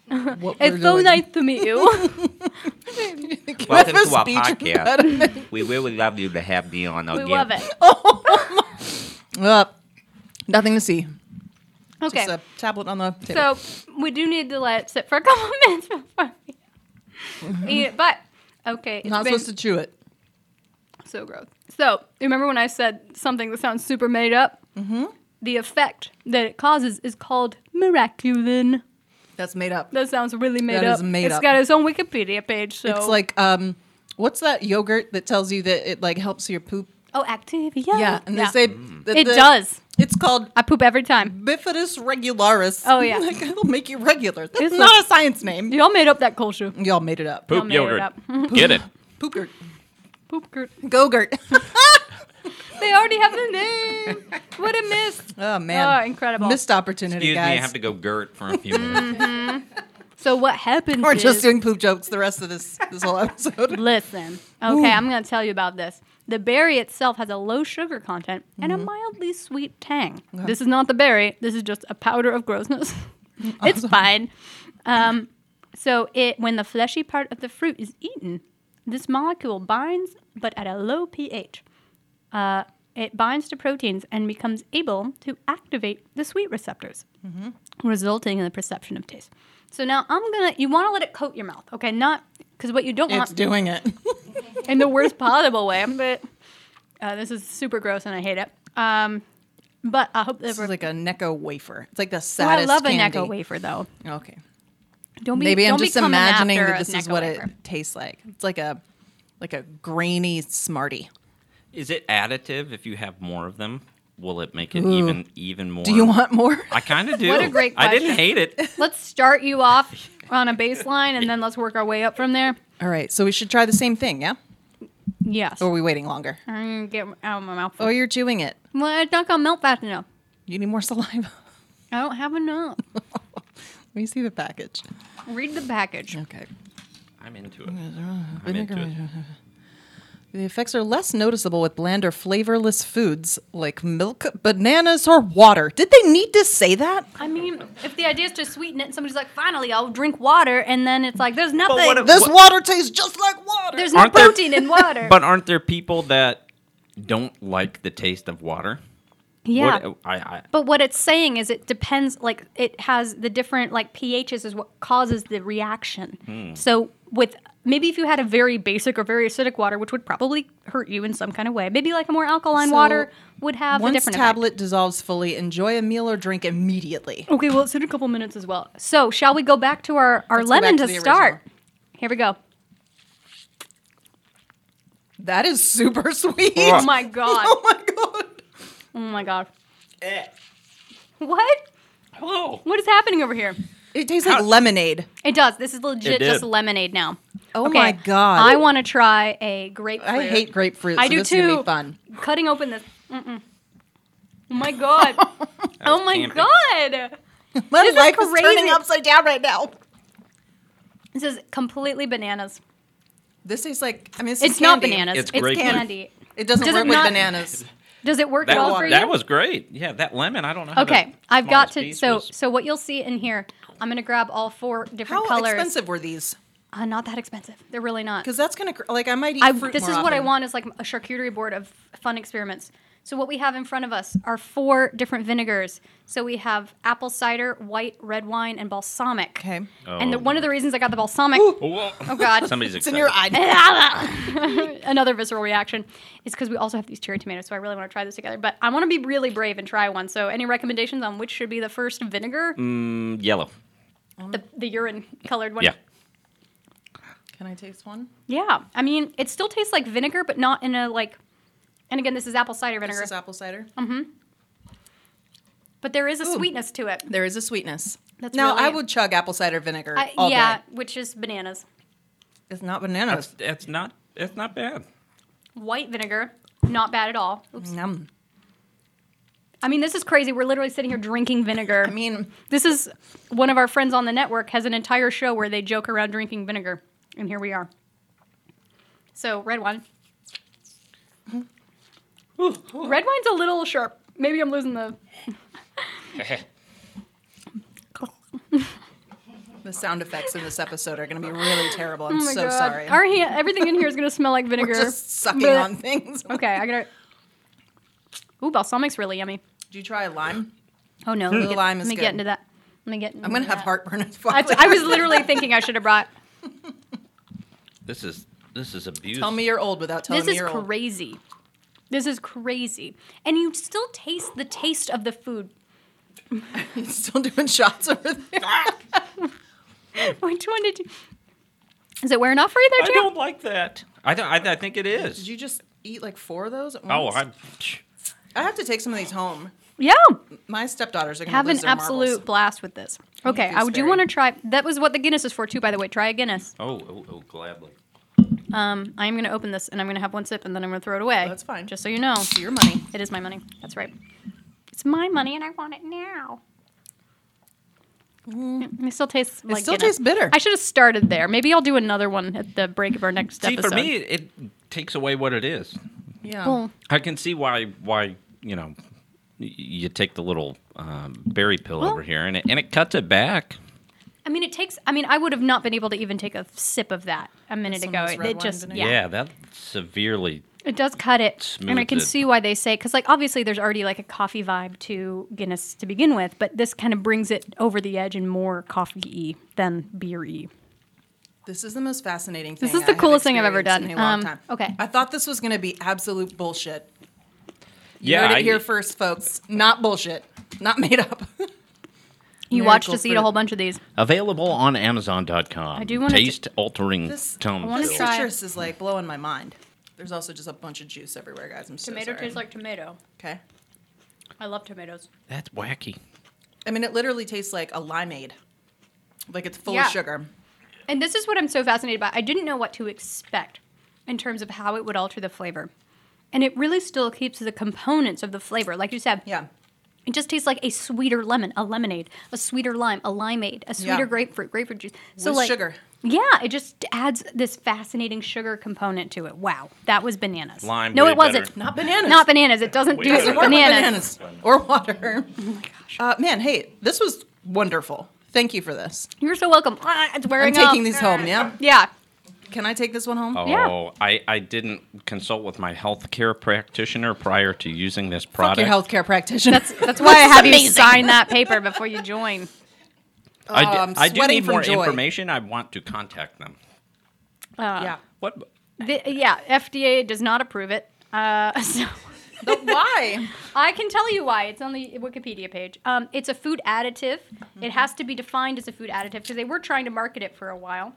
Speaker 2: What
Speaker 4: It's
Speaker 2: we're
Speaker 4: so
Speaker 2: doing.
Speaker 4: nice to meet you.
Speaker 2: Give
Speaker 3: Welcome
Speaker 2: us
Speaker 3: to our
Speaker 2: speech
Speaker 3: podcast. We really love you to have me on
Speaker 4: we
Speaker 3: again.
Speaker 4: love it.
Speaker 2: Oh, Uh, nothing to see.
Speaker 4: Okay.
Speaker 2: Just a tablet on the table.
Speaker 4: So we do need to let it sit for a couple minutes before we eat it. But okay, it's
Speaker 2: not
Speaker 4: been
Speaker 2: supposed to chew it.
Speaker 4: so gross. So remember when I said something that sounds super made up? Mm-hmm. The effect that it causes is called miraculin.
Speaker 2: That's made up.
Speaker 4: That sounds really made
Speaker 2: That
Speaker 4: up.
Speaker 2: is made
Speaker 4: It's
Speaker 2: up.
Speaker 4: got its own Wikipedia page. So
Speaker 2: It's like um, what's that yogurt that tells you that it like helps your poop?
Speaker 4: oh, Activia.
Speaker 2: Yeah, and they say
Speaker 3: Mm.
Speaker 2: that
Speaker 4: it
Speaker 2: the-
Speaker 4: does.
Speaker 2: It's called
Speaker 4: I poop every time.
Speaker 2: bifidus regularis.
Speaker 4: Oh, yeah.
Speaker 2: like, it'll make you regular. That's
Speaker 4: It's
Speaker 2: not
Speaker 4: a-
Speaker 2: a science name.
Speaker 4: Y'all made up that culture.
Speaker 2: Y'all made it up.
Speaker 4: Y'all
Speaker 5: Poop
Speaker 4: made it
Speaker 5: yogurt.
Speaker 4: up.
Speaker 5: Get it.
Speaker 2: Poopgurt,
Speaker 4: Poop gurt.
Speaker 2: gogurt.
Speaker 4: Oh, They already have the name. What a miss.
Speaker 2: oh man,
Speaker 4: Oh, incredible.
Speaker 2: missed opportunity,
Speaker 3: Excuse me,
Speaker 2: guys.
Speaker 3: I have to go Gert for a few minutes.
Speaker 4: So what happens
Speaker 2: We're
Speaker 4: is,
Speaker 2: just doing poop jokes the rest of this this whole episode.
Speaker 4: listen. Okay, I'm going to tell you about this. The berry itself has a low sugar content and a mildly sweet tang. This is not the berry. This is just a powder of grossness. it's fine. Um, so it when the fleshy part of the fruit is eaten, this molecule binds, but at a low pH. Uh, it binds to proteins and becomes able to activate the sweet receptors, resulting in the perception of taste. So now I'm gonna. You want to let it coat your mouth, okay? Not because what you don't
Speaker 2: it's
Speaker 4: want
Speaker 2: doing it.
Speaker 4: in the worst possible way. But uh, this is super gross and I hate it. Um, but I hope that
Speaker 2: This
Speaker 4: we're.
Speaker 2: is like a Necco wafer. It's like the
Speaker 4: Oh, I
Speaker 2: saddest.
Speaker 4: love a
Speaker 2: candy.
Speaker 4: Necco wafer though.
Speaker 2: Okay.
Speaker 4: Don't be.
Speaker 2: Maybe I'm
Speaker 4: don't be
Speaker 2: just
Speaker 4: coming
Speaker 2: imagining
Speaker 4: after
Speaker 2: that
Speaker 4: a
Speaker 2: this is
Speaker 4: Necco
Speaker 2: what
Speaker 4: wafer.
Speaker 2: it tastes like. It's like a like a grainy smartie.
Speaker 3: Is it additive if you have more of them? Will it make it even even more?
Speaker 2: Do you want more?
Speaker 3: I kind of do.
Speaker 4: What a great
Speaker 3: I didn't
Speaker 4: question.
Speaker 3: hate it.
Speaker 4: Let's start you off on a baseline and then let's work our way up from there.
Speaker 2: All right, so we should try the same thing, yeah?
Speaker 4: Yes.
Speaker 2: Or are we waiting longer?
Speaker 4: I'm gonna get out of my mouth.
Speaker 2: Oh, you're chewing it.
Speaker 4: Well, it's not gonna melt fast enough.
Speaker 2: You need more saliva.
Speaker 4: I don't have enough.
Speaker 2: Let me see the package.
Speaker 4: Read the package.
Speaker 2: Okay.
Speaker 3: I'm into it. I'm into it.
Speaker 2: The effects are less noticeable with bland or flavorless foods like milk, bananas, or water. Did they need to say that?
Speaker 4: I mean, if the idea is to sweeten it, somebody's like, "Finally, I'll drink water," and then it's like, "There's nothing.
Speaker 3: what if-
Speaker 2: This water tastes just like water.
Speaker 4: there's no
Speaker 3: Aren't there-
Speaker 4: protein in water."
Speaker 3: But aren't there people that don't like the taste of water?
Speaker 4: yeah.
Speaker 3: What, I, I,
Speaker 4: But what it's saying is it depends, like it has the different like pHs is what causes the reaction.
Speaker 3: Hmm.
Speaker 4: So with maybe if you had a very basic or very acidic water, which would probably hurt you in some kind of way, maybe like a more alkaline
Speaker 2: So,
Speaker 4: water would have a
Speaker 2: Once
Speaker 4: different
Speaker 2: tablet dissolves fully, enjoy a meal or drink immediately.
Speaker 4: Effect. Okay, well it's in a couple minutes as well. So shall we go back to our our
Speaker 2: Let's go
Speaker 4: lemon
Speaker 2: back
Speaker 4: to,
Speaker 2: to the
Speaker 4: start? Here we go.
Speaker 2: That is super sweet.
Speaker 4: Oh my god.
Speaker 2: Oh my god.
Speaker 4: Oh my god. What?
Speaker 3: oh,
Speaker 4: What is happening over here?
Speaker 2: It tastes like lemonade.
Speaker 4: It does. This is legit
Speaker 3: It did.
Speaker 4: just lemonade now.
Speaker 2: Oh my God.
Speaker 4: I want to try a grapefruit.
Speaker 2: I hate grapefruit.
Speaker 4: I
Speaker 2: so
Speaker 4: do
Speaker 2: this
Speaker 4: too.
Speaker 2: Is gonna be fun.
Speaker 4: Cutting open this. Mm-mm. Oh my god. oh my
Speaker 3: campy.
Speaker 4: god.
Speaker 2: My
Speaker 4: This is
Speaker 2: life is, turning
Speaker 4: crazy.
Speaker 2: upside down right now.
Speaker 4: This is completely bananas.
Speaker 2: This tastes like I mean, this
Speaker 4: It's
Speaker 2: is
Speaker 4: not
Speaker 2: candy.
Speaker 4: bananas.
Speaker 3: It's
Speaker 4: It's,
Speaker 3: grapefruit.
Speaker 4: candy.
Speaker 2: It doesn't
Speaker 4: Does it
Speaker 2: work with
Speaker 4: not-
Speaker 2: bananas.
Speaker 4: Does it work
Speaker 3: that,
Speaker 4: at all
Speaker 3: was,
Speaker 4: for you?
Speaker 3: that was great. Yeah, that lemon. I don't know. How
Speaker 4: okay,
Speaker 3: the
Speaker 4: I've
Speaker 3: smallest
Speaker 4: got to.
Speaker 3: piece
Speaker 4: So,
Speaker 3: was-
Speaker 4: so what you'll see in here I'm gonna grab all four different
Speaker 2: How
Speaker 4: colors.
Speaker 2: expensive were these?
Speaker 4: Uh, not that expensive. They're really not.
Speaker 2: Because that's gonna cr- like I might eat
Speaker 4: I,
Speaker 2: fruit
Speaker 4: this is
Speaker 2: more
Speaker 4: what I
Speaker 2: often.
Speaker 4: want is like a charcuterie board of fun experiments. So what we have in front of us are four different vinegars. So we have apple cider, white, red wine, and balsamic.
Speaker 2: Okay.
Speaker 3: Oh,
Speaker 4: And the, one of the reasons I got the balsamic, oh god,
Speaker 3: Somebody's
Speaker 2: It's
Speaker 3: excited.
Speaker 2: in your eye.
Speaker 4: another visceral reaction, is because we also have these cherry tomatoes. So I really want to try this together. But I want to be really brave and try one. So any recommendations on which should be the first vinegar,
Speaker 3: Mm, yellow.
Speaker 4: the, the urine colored one?
Speaker 3: Yeah.
Speaker 2: Can I taste one?
Speaker 4: Yeah. I mean, it still tastes like vinegar, but not in a like. And again, this is apple cider
Speaker 2: This
Speaker 4: vinegar, Um,
Speaker 2: is apple cider.
Speaker 4: but there is a sweetness to it.
Speaker 2: There is a sweetness.
Speaker 4: That's
Speaker 2: now
Speaker 4: really-
Speaker 2: I would chug apple cider vinegar
Speaker 4: I,
Speaker 2: all
Speaker 4: yeah,
Speaker 2: day.
Speaker 4: which is bananas.
Speaker 2: It's not bananas.
Speaker 3: That's that's not that's not bad.
Speaker 4: White vinegar, not bad at all. Oops.
Speaker 2: Yum.
Speaker 4: I mean, this is crazy. We're literally sitting here drinking vinegar.
Speaker 2: I mean,
Speaker 4: this is one of our friends on the network has an entire show where they joke around drinking vinegar, and here we are. So red wine. Red wine's a little sharp. Maybe I'm losing the. oh
Speaker 2: the sound effects in this episode are going to be really terrible. I'm
Speaker 4: Oh my
Speaker 2: so
Speaker 4: God.
Speaker 2: sorry.
Speaker 4: Our hand, everything in here is gonna smell like vinegar.
Speaker 2: We're just sucking
Speaker 4: Blech.
Speaker 2: on things.
Speaker 4: Okay, I gotta. Ooh, balsamic's really yummy.
Speaker 2: Did you try a lime?
Speaker 4: Oh no, let me,
Speaker 2: The
Speaker 4: get,
Speaker 2: lime
Speaker 4: let
Speaker 2: is
Speaker 4: me
Speaker 2: good.
Speaker 4: get into that. Let me get.
Speaker 2: I'm going to have heartburn as well.
Speaker 4: I, t- I was literally thinking I should have brought.
Speaker 3: This is this is abuse.
Speaker 2: Tell me you're old without telling
Speaker 4: This
Speaker 2: me
Speaker 4: is
Speaker 2: you're old.
Speaker 4: crazy. This is crazy, and you still taste the taste of the food.
Speaker 2: Still doing shots over there.
Speaker 4: Which one did you? Is it wearing off for you
Speaker 3: I
Speaker 4: there, Jack?
Speaker 3: don't like that. I th- I, th- I think it
Speaker 2: Did
Speaker 3: is.
Speaker 2: you just eat like four of those? At
Speaker 3: Oh,
Speaker 2: once?
Speaker 3: I,
Speaker 2: I have to take some of these home.
Speaker 4: Yeah,
Speaker 2: My stepdaughters are going
Speaker 4: have
Speaker 2: to lose
Speaker 4: an
Speaker 2: their
Speaker 4: absolute
Speaker 2: marbles.
Speaker 4: blast with this. Okay,
Speaker 2: feels
Speaker 4: I do
Speaker 2: very-
Speaker 4: want to try. That was what the Guinness is for, too. By the way, try a Guinness.
Speaker 3: oh, oh, oh, gladly.
Speaker 4: Um, I am going to open this and I'm going to have one sip and then I'm going to throw it away.
Speaker 2: That's fine.
Speaker 4: Just so you know.
Speaker 2: Your money.
Speaker 4: It is my money. That's right. It's my money, and I want it now. It still tastes. Like
Speaker 2: still
Speaker 4: Guinness.
Speaker 2: tastes bitter.
Speaker 4: I should have started there. Maybe I'll do another one at the break of our next
Speaker 3: See,
Speaker 4: episode.
Speaker 3: for me, it takes away what it is.
Speaker 2: Yeah.
Speaker 4: Well,
Speaker 3: I can see why why you know y- you take the little um, berry pill
Speaker 4: Well-
Speaker 3: over here and it, and it cuts it back.
Speaker 4: I mean, it takes. I mean, I would have not been able to even take a sip of that a minute
Speaker 2: Some
Speaker 4: ago.
Speaker 2: of those
Speaker 4: It,
Speaker 2: red
Speaker 4: it
Speaker 2: wine
Speaker 4: just,
Speaker 2: vinegars.
Speaker 4: yeah.
Speaker 3: that severely.
Speaker 4: it does cut it, and I
Speaker 3: Smooths
Speaker 4: can
Speaker 3: it.
Speaker 4: see why they say because, like, obviously, there's already like a coffee vibe to Guinness to begin with, but this kind of brings it over the edge and more coffee y than beer y.
Speaker 2: This is the most fascinating thing.
Speaker 4: This is the
Speaker 2: I have
Speaker 4: coolest thing I've ever
Speaker 2: experienced in
Speaker 4: done.
Speaker 2: a long
Speaker 4: Um,
Speaker 2: time.
Speaker 4: okay.
Speaker 2: I thought this was going to be absolute bullshit. You
Speaker 3: Yeah,
Speaker 2: heard it
Speaker 3: I-
Speaker 2: here first, folks. Not bullshit. Not made up.
Speaker 4: You watched
Speaker 2: Miracle
Speaker 4: us eat
Speaker 2: fruit.
Speaker 4: a whole bunch of these.
Speaker 3: Available on Amazon.com.
Speaker 4: I do wanna t-
Speaker 3: taste altering
Speaker 2: This-
Speaker 3: tone.
Speaker 4: I wanna
Speaker 3: pill.
Speaker 4: try-
Speaker 2: Citrus is like blowing my mind. There's also just a bunch of juice everywhere, guys. I'm so
Speaker 4: Tomato
Speaker 2: sorry.
Speaker 4: tastes like tomato.
Speaker 2: okay.
Speaker 4: I love tomatoes.
Speaker 3: That's wacky.
Speaker 2: I mean, it literally tastes like a limeade. Like it's full
Speaker 4: Yeah.
Speaker 2: of sugar.
Speaker 4: And this is what I'm so fascinated by. I didn't know what to expect in terms of how it would alter the flavor. And it really still keeps the components of the flavor. Like you said,
Speaker 2: Yeah.
Speaker 4: it just tastes like a sweeter lemon, a lemonade, a sweeter lime, a limeade, a sweeter grapefruit, grapefruit juice. So
Speaker 2: With
Speaker 4: like
Speaker 2: sugar.
Speaker 4: Yeah, it just adds this fascinating sugar component to it. Wow. That was bananas.
Speaker 3: Lime
Speaker 4: No,
Speaker 3: way
Speaker 4: it wasn't.
Speaker 3: better.
Speaker 2: Not bananas.
Speaker 4: Not bananas. It doesn't do it
Speaker 2: Doesn't
Speaker 4: with
Speaker 2: work with
Speaker 4: bananas. Oh
Speaker 2: bananas or water. Uh, man, hey, this was wonderful. Thank you for this.
Speaker 4: You're so welcome. Ah, it's
Speaker 2: I'm
Speaker 4: wearing
Speaker 2: taking
Speaker 4: off.
Speaker 2: these home. Yeah.
Speaker 4: Yeah.
Speaker 2: Can I take this one home?
Speaker 3: Oh,
Speaker 4: Yeah.
Speaker 3: I, I didn't consult with my healthcare practitioner prior to using this
Speaker 2: Fuck
Speaker 3: product.
Speaker 2: your healthcare practitioner.
Speaker 4: That's, that's why I have you sign that paper before you join.
Speaker 3: I,
Speaker 2: Oh,
Speaker 3: d-
Speaker 2: I'm
Speaker 3: I do
Speaker 2: sweating
Speaker 3: need
Speaker 2: from
Speaker 3: more
Speaker 2: joy.
Speaker 3: information. I want to contact them.
Speaker 4: uh,
Speaker 2: yeah.
Speaker 3: What?
Speaker 4: The, yeah, FDA does not approve it. Uh, so
Speaker 2: But why?
Speaker 4: I can tell you why. It's on the Wikipedia page. Um, it's a food additive.
Speaker 3: Mm-hmm.
Speaker 4: It has to be defined as a food additive because they were trying to market it for a while.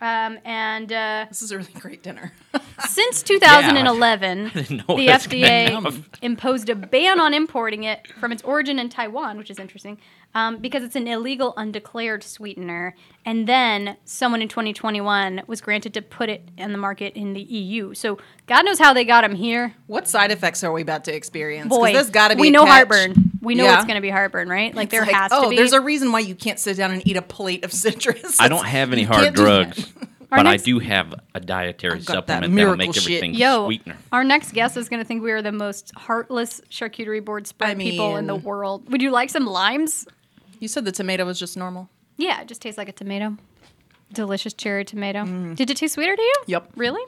Speaker 4: Um, and uh,
Speaker 2: This is a really great dinner.
Speaker 4: since 2011,
Speaker 3: didn't know
Speaker 4: the
Speaker 3: it was gonna
Speaker 4: FDA imposed a ban on importing it from its origin in Taiwan, which is interesting, um, because it's an illegal, undeclared sweetener. And then someone in 2021 was granted to put it on the market in the EU. So God knows how they got them here.
Speaker 2: what side effects are we about to experience? 'Cause
Speaker 4: Boy,
Speaker 2: there's got to be.
Speaker 4: we
Speaker 2: a
Speaker 4: know
Speaker 2: catch.
Speaker 4: heartburn. We know
Speaker 2: Yeah.
Speaker 4: it's going to be heartburn, right? Like
Speaker 2: It's
Speaker 4: there
Speaker 2: like,
Speaker 4: has
Speaker 2: oh,
Speaker 4: to be.
Speaker 2: there's a reason why you can't sit down and eat a plate of citrus.
Speaker 3: I don't have any
Speaker 2: You
Speaker 3: hard
Speaker 2: can't do that.
Speaker 3: drugs, but I
Speaker 4: next-
Speaker 3: do have a dietary
Speaker 2: I've got that
Speaker 3: supplement that'll
Speaker 2: miracle
Speaker 3: make
Speaker 2: shit.
Speaker 3: everything
Speaker 4: Yo,
Speaker 3: sweetener.
Speaker 4: our next guest is going to think we are the most heartless charcuterie board spread
Speaker 2: I
Speaker 4: people in the
Speaker 2: mean-
Speaker 4: world. Would you like some limes?
Speaker 2: You said the tomato was just normal.
Speaker 4: Yeah, it just tastes like a tomato. Mm. Delicious cherry tomato. Did it taste sweeter to you?
Speaker 2: Yep.
Speaker 4: Really?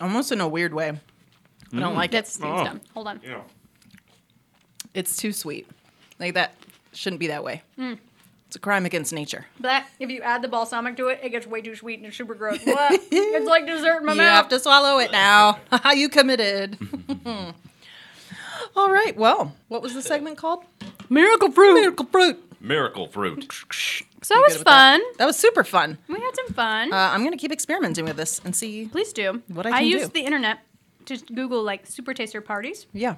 Speaker 2: Almost in a weird way. I
Speaker 3: Mm.
Speaker 2: don't like
Speaker 4: That's
Speaker 2: it.
Speaker 4: seems dumb. Hold on.
Speaker 2: It's too sweet. Like that shouldn't be that way. It's a crime against nature.
Speaker 4: Mm. But if you add the balsamic to it, it gets way too sweet and it's super gross. What? it's like dessert in my
Speaker 2: you
Speaker 4: mouth.
Speaker 2: have to swallow it now. you committed. All right. Well, what was the segment called?
Speaker 4: Miracle fruit.
Speaker 2: Miracle fruit.
Speaker 3: Miracle fruit.
Speaker 4: So that was
Speaker 2: with that.
Speaker 4: fun.
Speaker 2: That was super fun.
Speaker 4: We had some fun.
Speaker 2: Uh, I'm gonna keep experimenting with this and see.
Speaker 4: Please do.
Speaker 2: what I can
Speaker 4: used
Speaker 2: do.
Speaker 4: the internet to Google like super taster parties,
Speaker 2: Yeah.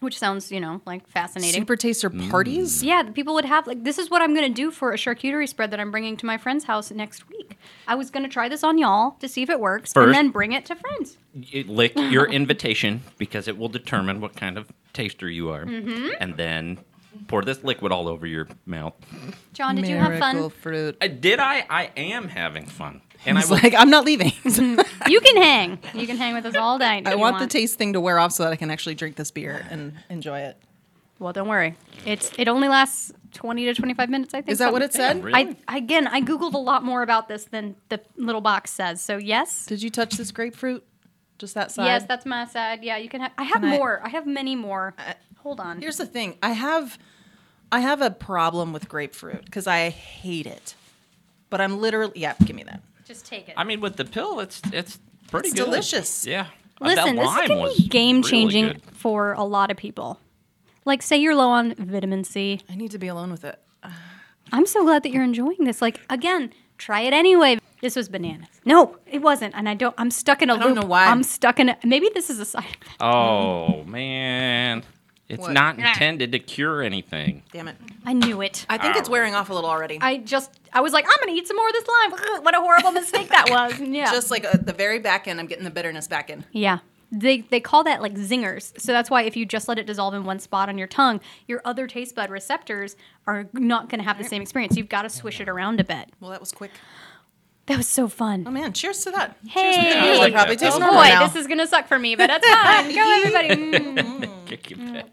Speaker 4: which sounds you know like fascinating.
Speaker 2: Super taster parties.
Speaker 4: Yeah, the people would have like this is what I'm going to do for a charcuterie spread that I'm bringing to my friend's house next week. I was going to try this on y'all to see if it works
Speaker 3: First-
Speaker 4: and then bring it to friends.
Speaker 3: You lick your invitation because it will determine what kind of taster you are,
Speaker 2: Mm-hmm.
Speaker 3: and then pour this liquid all over your mouth.
Speaker 4: John, Mm. did you have
Speaker 2: Miracle
Speaker 4: fun?
Speaker 2: fruit.
Speaker 3: Uh, did I? I am having fun, and
Speaker 2: It's
Speaker 3: I will-
Speaker 2: like I'm not leaving.
Speaker 4: You can hang. You can hang with us all night. if
Speaker 2: I
Speaker 4: you
Speaker 2: want the taste thing to wear off so that I can actually drink this beer and enjoy it.
Speaker 4: Well, don't worry. It's it only lasts 20 to 25 minutes, I think.
Speaker 2: Is that what it
Speaker 4: something-
Speaker 2: said?
Speaker 3: really?
Speaker 4: I again, I googled a lot more about this than the little box says. So, yes.
Speaker 2: Did you touch this grapefruit? Just that side.
Speaker 4: Yes, that's my side. Yeah, you can have I have
Speaker 2: Can I-
Speaker 4: more. I, have many more. Hold on.
Speaker 2: Here's the thing. I have I have a problem with grapefruit because I hate it. But I'm literally yeah, give me that.
Speaker 4: Just take it.
Speaker 3: I mean, with the pill, it's it's pretty
Speaker 2: It's
Speaker 3: good.
Speaker 2: delicious.
Speaker 3: Yeah. Uh, that
Speaker 4: Listen, this
Speaker 3: lime
Speaker 4: can
Speaker 3: was
Speaker 4: be game
Speaker 3: really
Speaker 4: changing
Speaker 3: good.
Speaker 4: for a lot of people. Like, say you're low on vitamin C.
Speaker 2: I need to be alone with it.
Speaker 4: I'm so glad that you're enjoying this. Like, again, try it anyway. This was bananas. No, it wasn't. And I don't. I'm stuck in a
Speaker 2: don't
Speaker 4: loop.
Speaker 2: know why.
Speaker 4: I'm stuck in a. Maybe this is a side effect.
Speaker 3: Oh man, it's
Speaker 2: What?
Speaker 3: not intended to cure anything.
Speaker 2: Damn it.
Speaker 4: I knew it. I,
Speaker 2: I think it's wearing off a little already.
Speaker 4: just. I was like, I'm gonna eat some more of this lime. Ugh, what a horrible mistake that was. Yeah.
Speaker 2: Just like uh the very back end, I'm getting the bitterness back in.
Speaker 4: Yeah. They, they call that like zingers. So that's why if you just let it dissolve in one spot on your tongue, your other taste bud receptors are not going to have the same experience. You've got to swish it around a bit.
Speaker 2: Well, that was quick.
Speaker 4: That was so
Speaker 2: Oh
Speaker 4: fun.
Speaker 2: man, cheers to that.
Speaker 4: Hey,
Speaker 2: Cheers.
Speaker 3: like
Speaker 2: It probably
Speaker 3: that.
Speaker 2: tastes
Speaker 4: oh
Speaker 2: normal
Speaker 4: boy,
Speaker 2: now.
Speaker 4: this is going to suck for me, but that's fine. Go, everybody. Mm.
Speaker 3: Kick you back.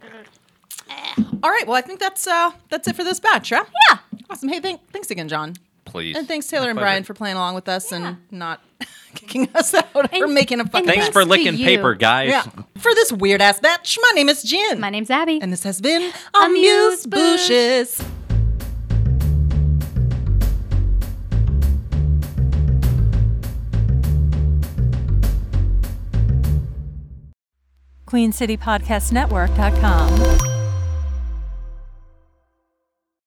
Speaker 2: All right. Well, I think that's uh that's it for this batch, yeah?
Speaker 4: Yeah.
Speaker 2: Awesome. Hey, thank, thanks again, John.
Speaker 3: Please.
Speaker 2: And thanks Taylor and
Speaker 3: pleasure.
Speaker 2: Brian for playing along with us and not kicking us out or
Speaker 4: And-
Speaker 2: making a fucking
Speaker 4: and
Speaker 3: Thanks
Speaker 4: Thanks
Speaker 3: for
Speaker 4: to
Speaker 3: licking
Speaker 4: you.
Speaker 3: paper, guys.
Speaker 2: Yeah. For this weird ass batch, my name is Jen.
Speaker 4: My name's Abby.
Speaker 2: And this has been Amuse
Speaker 4: Amuse Bouche.
Speaker 2: Bushes.
Speaker 1: QueenCityPodcastNetwork.com.